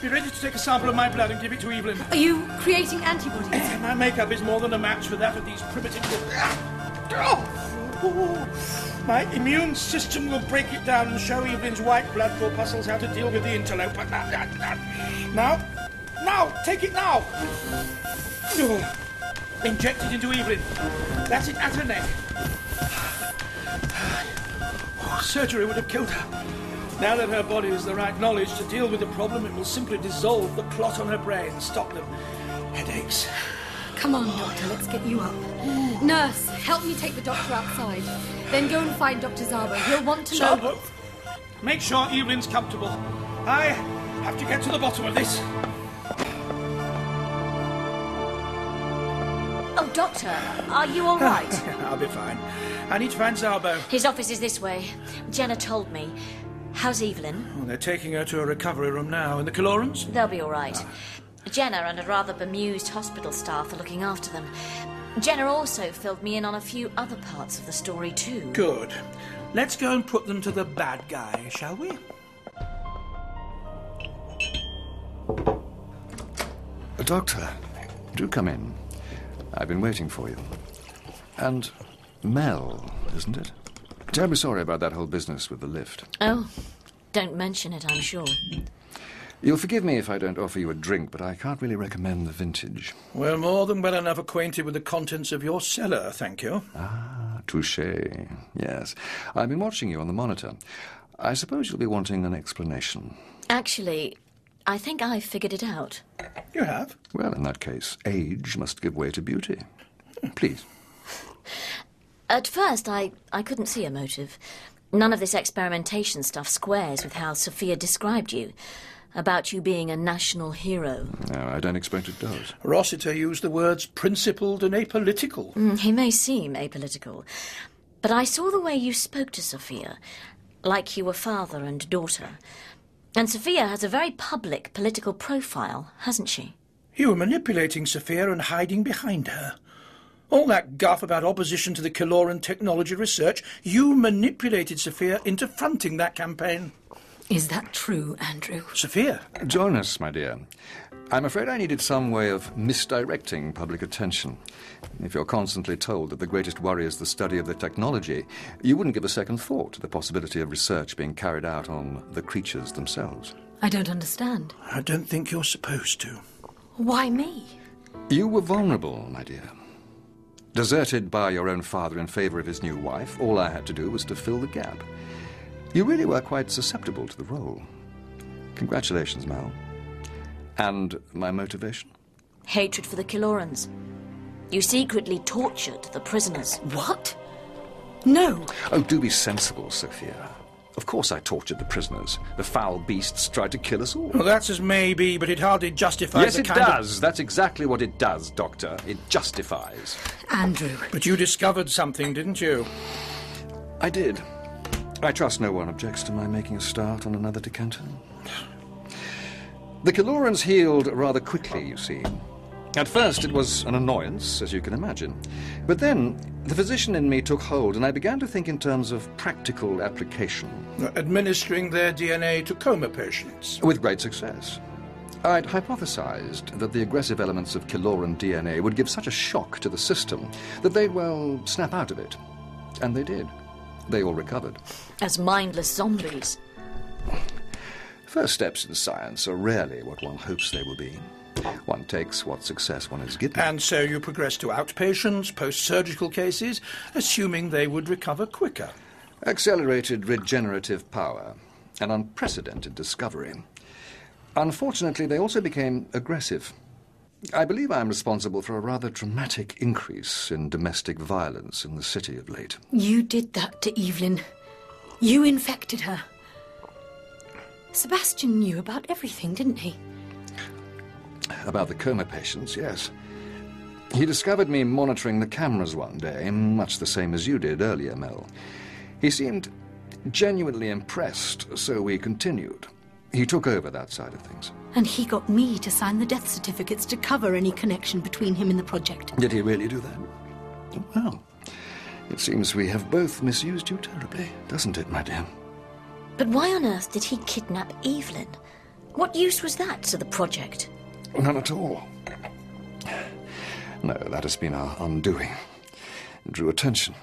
F: Be ready to take a sample of my blood and give it to Evelyn.
E: Are you creating antibodies?
F: My makeup is more than a match for that of these primitive. Ah! Oh! Oh! My immune system will break it down and show Evelyn's white blood corpuscles how to deal with the interloper. Ah, ah, ah. Now, now, take it now. Oh. Inject it into Evelyn. That's it at her neck. Oh, surgery would have killed her. Now that her body has the right knowledge to deal with the problem, it will simply dissolve the clot on her brain and stop them. Headaches.
E: Come on, Doctor, let's get you up. Nurse, help me take the doctor outside. Then go and find Dr. Zabo. He'll want to know.
F: So, make sure Evelyn's comfortable. I have to get to the bottom of this.
C: Oh, Doctor, are you all right?
F: I'll be fine. I need to find Zabo.
C: His office is this way. Jenna told me. How's Evelyn?
F: Oh, they're taking her to a recovery room now. In the Calorans?
C: They'll be all right. Jenna and a rather bemused hospital staff are looking after them. Jenna also filled me in on a few other parts of the story, too.
F: Good. Let's go and put them to the bad guy, shall we?
H: Doctor, do come in. I've been waiting for you. And Mel, isn't it? Terribly sorry about that whole business with the lift.
C: Oh, don't mention it, I'm sure.
H: You'll forgive me if I don't offer you a drink, but I can't really recommend the vintage.
F: We're more than well enough acquainted with the contents of your cellar, thank you.
H: Ah, touche. Yes. I've been watching you on the monitor. I suppose you'll be wanting an explanation.
C: Actually, I think I've figured it out.
F: You have?
H: Well, in that case, age must give way to beauty. Please.
C: At first, I, I couldn't see a motive. None of this experimentation stuff squares with how Sophia described you about you being a national hero.
H: No, I don't expect it does.
F: Rossiter used the words principled and apolitical.
C: Mm, he may seem apolitical, but I saw the way you spoke to Sophia, like you were father and daughter. And Sophia has a very public political profile, hasn't she?
F: You were manipulating Sophia and hiding behind her. All that guff about opposition to the Kiloran technology research, you manipulated Sophia into fronting that campaign.
E: Is that true, Andrew?
F: Sophia.
H: Join us, my dear. I'm afraid I needed some way of misdirecting public attention. If you're constantly told that the greatest worry is the study of the technology, you wouldn't give a second thought to the possibility of research being carried out on the creatures themselves.
E: I don't understand.
F: I don't think you're supposed to.
E: Why me?
H: You were vulnerable, my dear. Deserted by your own father in favor of his new wife, all I had to do was to fill the gap. You really were quite susceptible to the role. Congratulations, Mal. And my motivation?
C: Hatred for the Kilorans. You secretly tortured the prisoners.
E: What? No.
H: Oh, do be sensible, Sophia. Of course I tortured the prisoners. The foul beasts tried to kill us all.
F: Well, that's as may be, but it hardly justifies
H: yes,
F: the
H: it
F: kind
H: does.
F: of...
H: That's exactly what it does, Doctor. It justifies.
E: Andrew.
F: But you discovered something, didn't you?
H: I did. I trust no one objects to my making a start on another decanter. The Kilorans healed rather quickly, you see. At first, it was an annoyance, as you can imagine. But then, the physician in me took hold, and I began to think in terms of practical application.
F: Administering their DNA to coma patients.
H: With great success. I'd hypothesized that the aggressive elements of Kiloran DNA would give such a shock to the system that they'd, well, snap out of it. And they did. They all recovered.
C: As mindless zombies.
H: First steps in science are rarely what one hopes they will be. One takes what success one is given.
F: And so you progress to outpatients, post surgical cases, assuming they would recover quicker.
H: Accelerated regenerative power, an unprecedented discovery. Unfortunately, they also became aggressive. I believe I'm responsible for a rather dramatic increase in domestic violence in the city of late.
E: You did that to Evelyn. You infected her. Sebastian knew about everything, didn't he?
H: About the coma patients, yes. He discovered me monitoring the cameras one day, much the same as you did earlier, Mel. He seemed genuinely impressed, so we continued. He took over that side of things.
E: And he got me to sign the death certificates to cover any connection between him and the project.
H: Did he really do that? Well, it seems we have both misused you terribly, doesn't it, my dear?
C: But why on earth did he kidnap Evelyn? What use was that to the project?
H: None at all. No, that has been our undoing. Drew attention.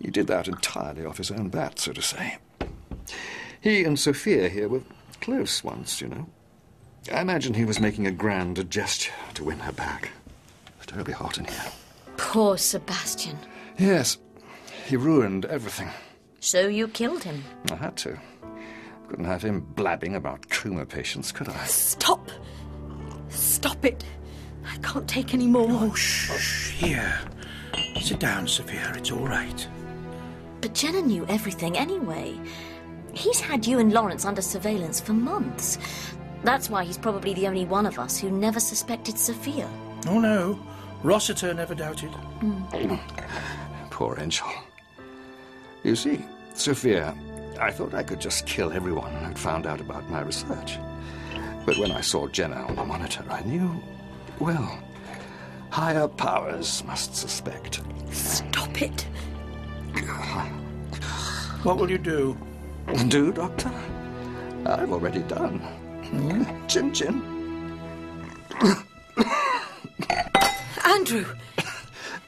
H: He did that entirely off his own bat, so to say. He and Sophia here were close once, you know. I imagine he was making a grand gesture to win her back. It's terribly hot in here.
C: Poor Sebastian.
H: Yes, he ruined everything.
C: So you killed him.
H: I had to. Couldn't have him blabbing about coma patients, could I?
E: Stop! Stop it! I can't take any more.
Q: Here. Sit down, Sophia. It's all right.
C: But Jenna knew everything anyway. He's had you and Lawrence under surveillance for months. That's why he's probably the only one of us who never suspected Sophia.
Q: Oh, no. Rossiter never doubted.
C: Hmm.
H: Poor angel. You see, Sophia, I thought I could just kill everyone who'd found out about my research. But when I saw Jenna on the monitor, I knew, well, higher powers must suspect.
E: Stop it!
Q: What will you do?
H: Do, Doctor? I've already done.
Q: Hmm?
H: Chin chin.
E: Andrew!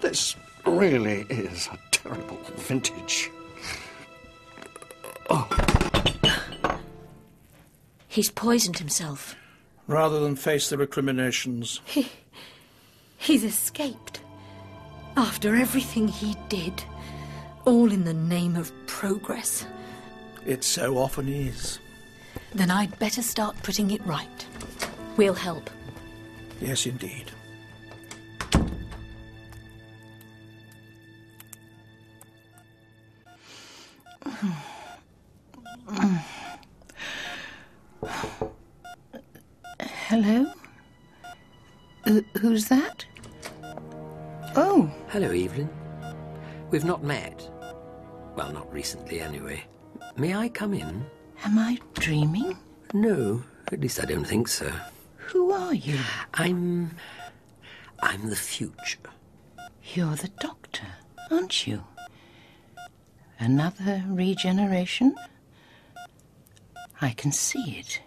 H: This really is a terrible vintage.
C: He's poisoned himself.
Q: Rather than face the recriminations.
E: He. He's escaped. After everything he did. All in the name of progress.
Q: It so often is.
E: Then I'd better start putting it right.
C: We'll help.
Q: Yes, indeed.
B: Hello? Wh- who's that? Oh,
G: Hello, Evelyn. We've not met. Well, not recently, anyway. May I come in?
B: am I dreaming?
G: No, at least I don't think so.
B: Who are you?
G: I'm. I'm the future.
B: You're the doctor, aren't you? Another regeneration? I can see it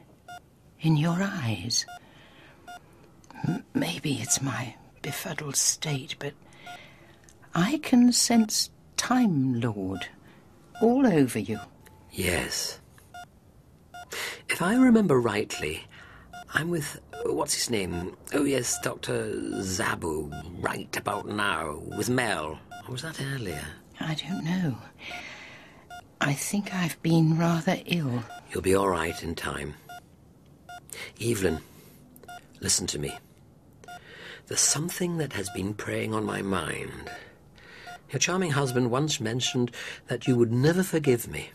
B: in your eyes. M- maybe it's my befuddled state, but I can sense Time Lord all over you.
G: Yes. If I remember rightly, I'm with. What's his name? Oh, yes, Dr. Zabu, right about now, with Mel. Or was that earlier?
B: I don't know. I think I've been rather ill.
G: You'll be all right in time. Evelyn, listen to me. There's something that has been preying on my mind. Your charming husband once mentioned that you would never forgive me.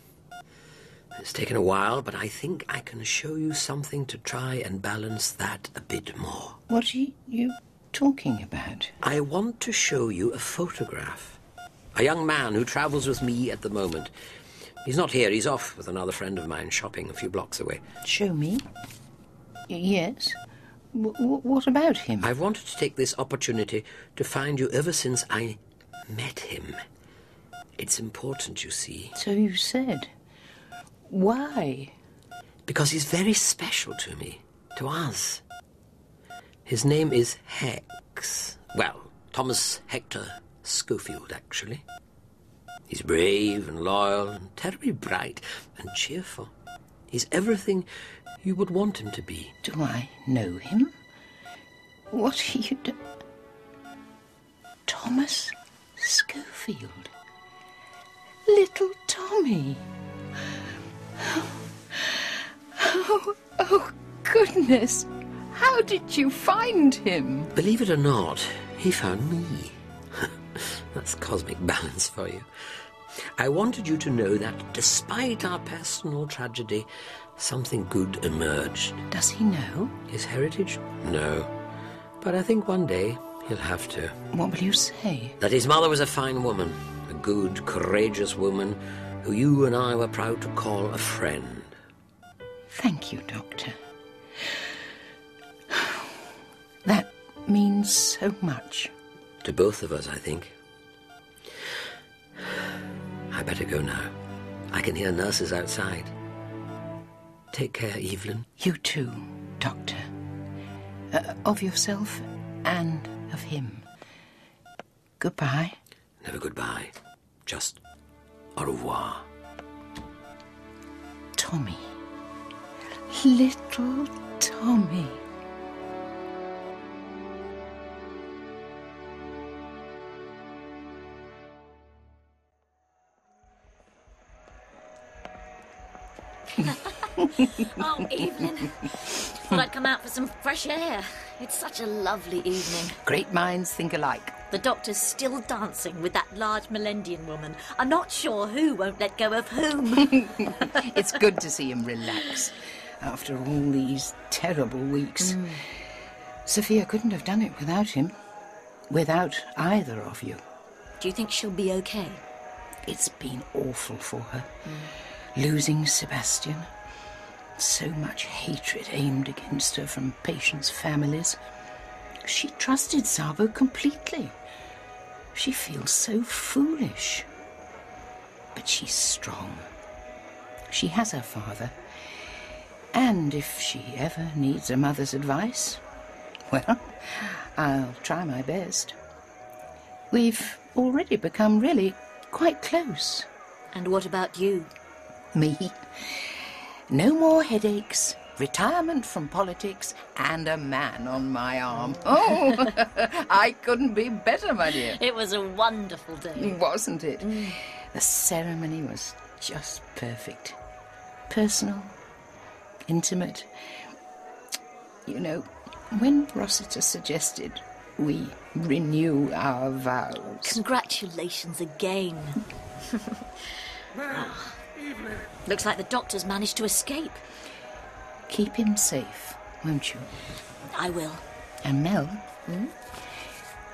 G: It's taken a while, but I think I can show you something to try and balance that a bit more.
B: What are you talking about?
G: I want to show you a photograph. A young man who travels with me at the moment. He's not here, he's off with another friend of mine shopping a few blocks away.
B: Show me. Yes. W- w- what about him?
G: I've wanted to take this opportunity to find you ever since I met him. It's important, you see.
B: So you said. Why?
G: Because he's very special to me, to us. His name is Hex. Well, Thomas Hector Schofield, actually. He's brave and loyal and terribly bright and cheerful. He's everything you would want him to be.
B: Do I know him? What are you do- Thomas Schofield. Little Tommy. Oh, oh, goodness. How did you find him?
G: Believe it or not, he found me. That's cosmic balance for you. I wanted you to know that despite our personal tragedy, something good emerged.
B: Does he know?
G: His heritage? No. But I think one day he'll have to.
B: What will you say?
G: That his mother was a fine woman, a good, courageous woman who you and I were proud to call a friend.
B: Thank you, Doctor. That means so much.
G: To both of us, I think. I better go now. I can hear nurses outside. Take care, Evelyn.
B: You too, Doctor. Uh, of yourself and of him. Goodbye.
G: Never goodbye. Just au revoir.
B: Tommy. Little Tommy.
C: oh, Evelyn. Thought I'd come out for some fresh air. It's such a lovely evening.
B: Great minds think alike.
C: The doctor's still dancing with that large Melendian woman. I'm not sure who won't let go of whom.
B: it's good to see him relax after all these terrible weeks.
C: Mm.
B: Sophia couldn't have done it without him. Without either of you.
C: Do you think she'll be okay?
B: It's been awful for her. Losing Sebastian. So much hatred aimed against her from patients' families. She trusted Savo completely. She feels so foolish. But she's strong. She has her father. And if she ever needs a mother's advice, well, I'll try my best. We've already become really quite close.
C: And what about you?
B: Me? No more headaches, retirement from politics, and a man on my arm. Oh, I couldn't be better, my dear. Hmm.
C: It was a wonderful day.
B: Wasn't it? The ceremony was just perfect. Personal, intimate. You know, when Rossiter suggested we renew our vows.
C: Congratulations again. Ah, Looks like the doctor's managed to escape.
B: Keep him safe, won't you?
C: I will.
B: And Mel,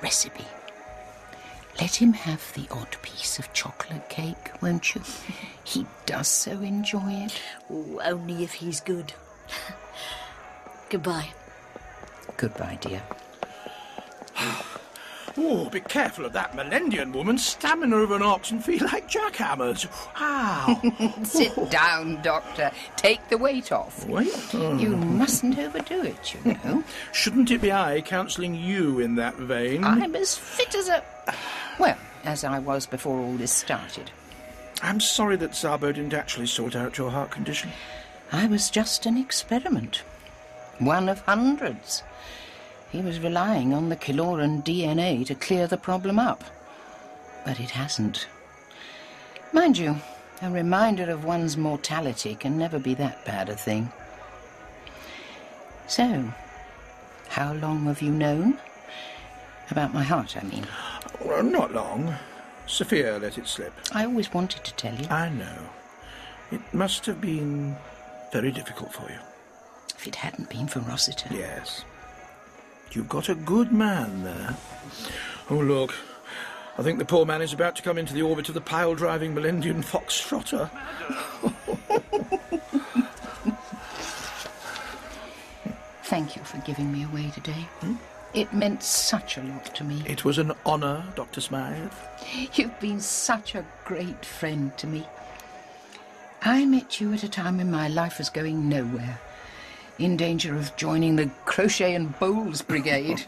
B: recipe. Let him have the odd piece of chocolate cake, won't you? he does so enjoy it.
C: Ooh, only if he's good. Goodbye.
B: Goodbye, dear.
Q: Oh, be careful of that Melendian woman stamming over an ox and feel like jackhammers. Ow!
B: Sit down, Doctor. Take the weight off.
Q: Weight?
B: You mustn't overdo it, you
Q: Mm.
B: know.
Q: Shouldn't it be I counselling you in that vein?
B: I'm as fit as a. Well, as I was before all this started.
Q: I'm sorry that Sabo didn't actually sort out your heart condition.
B: I was just an experiment. One of hundreds. He was relying on the Kiloran DNA to clear the problem up. But it hasn't. Mind you, a reminder of one's mortality can never be that bad a thing. So, how long have you known? About my heart, I mean.
Q: Well, not long. Sophia let it slip.
B: I always wanted to tell you.
Q: I know. It must have been very difficult for you.
B: If it hadn't been for Rossiter.
Q: Yes. You've got a good man there. Oh, look. I think the poor man is about to come into the orbit of the pile driving Melendian foxtrotter.
B: Thank you for giving me away today. It meant such a lot to me.
Q: It was an honour, Dr. Smythe.
B: You've been such a great friend to me. I met you at a time when my life was going nowhere, in danger of joining the Crochet and Bowls Brigade.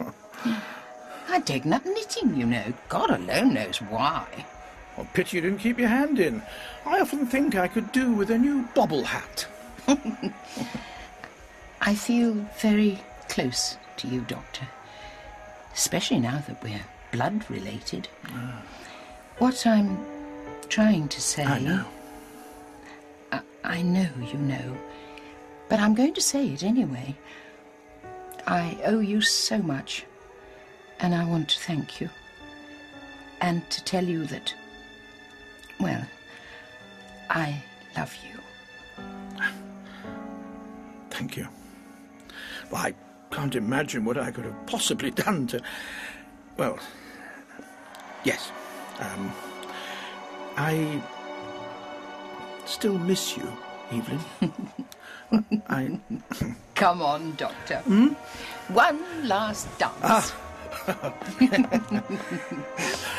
B: I'd taken up knitting, you know. God alone knows why.
Q: Well, pity you didn't keep your hand in. I often think I could do with a new bobble hat.
B: I feel very close to you, Doctor. Especially now that we're blood related. What I'm trying to say. I know. I, know you know. But I'm going to say it anyway. I owe you so much. And I want to thank you. And to tell you that. Well, I love you.
F: thank you. Well, I can't imagine what I could have possibly done to. Well, yes. Um, I still miss you, Evelyn. I. Hmm?
B: Come on, Doctor. One last dance.
F: Ah.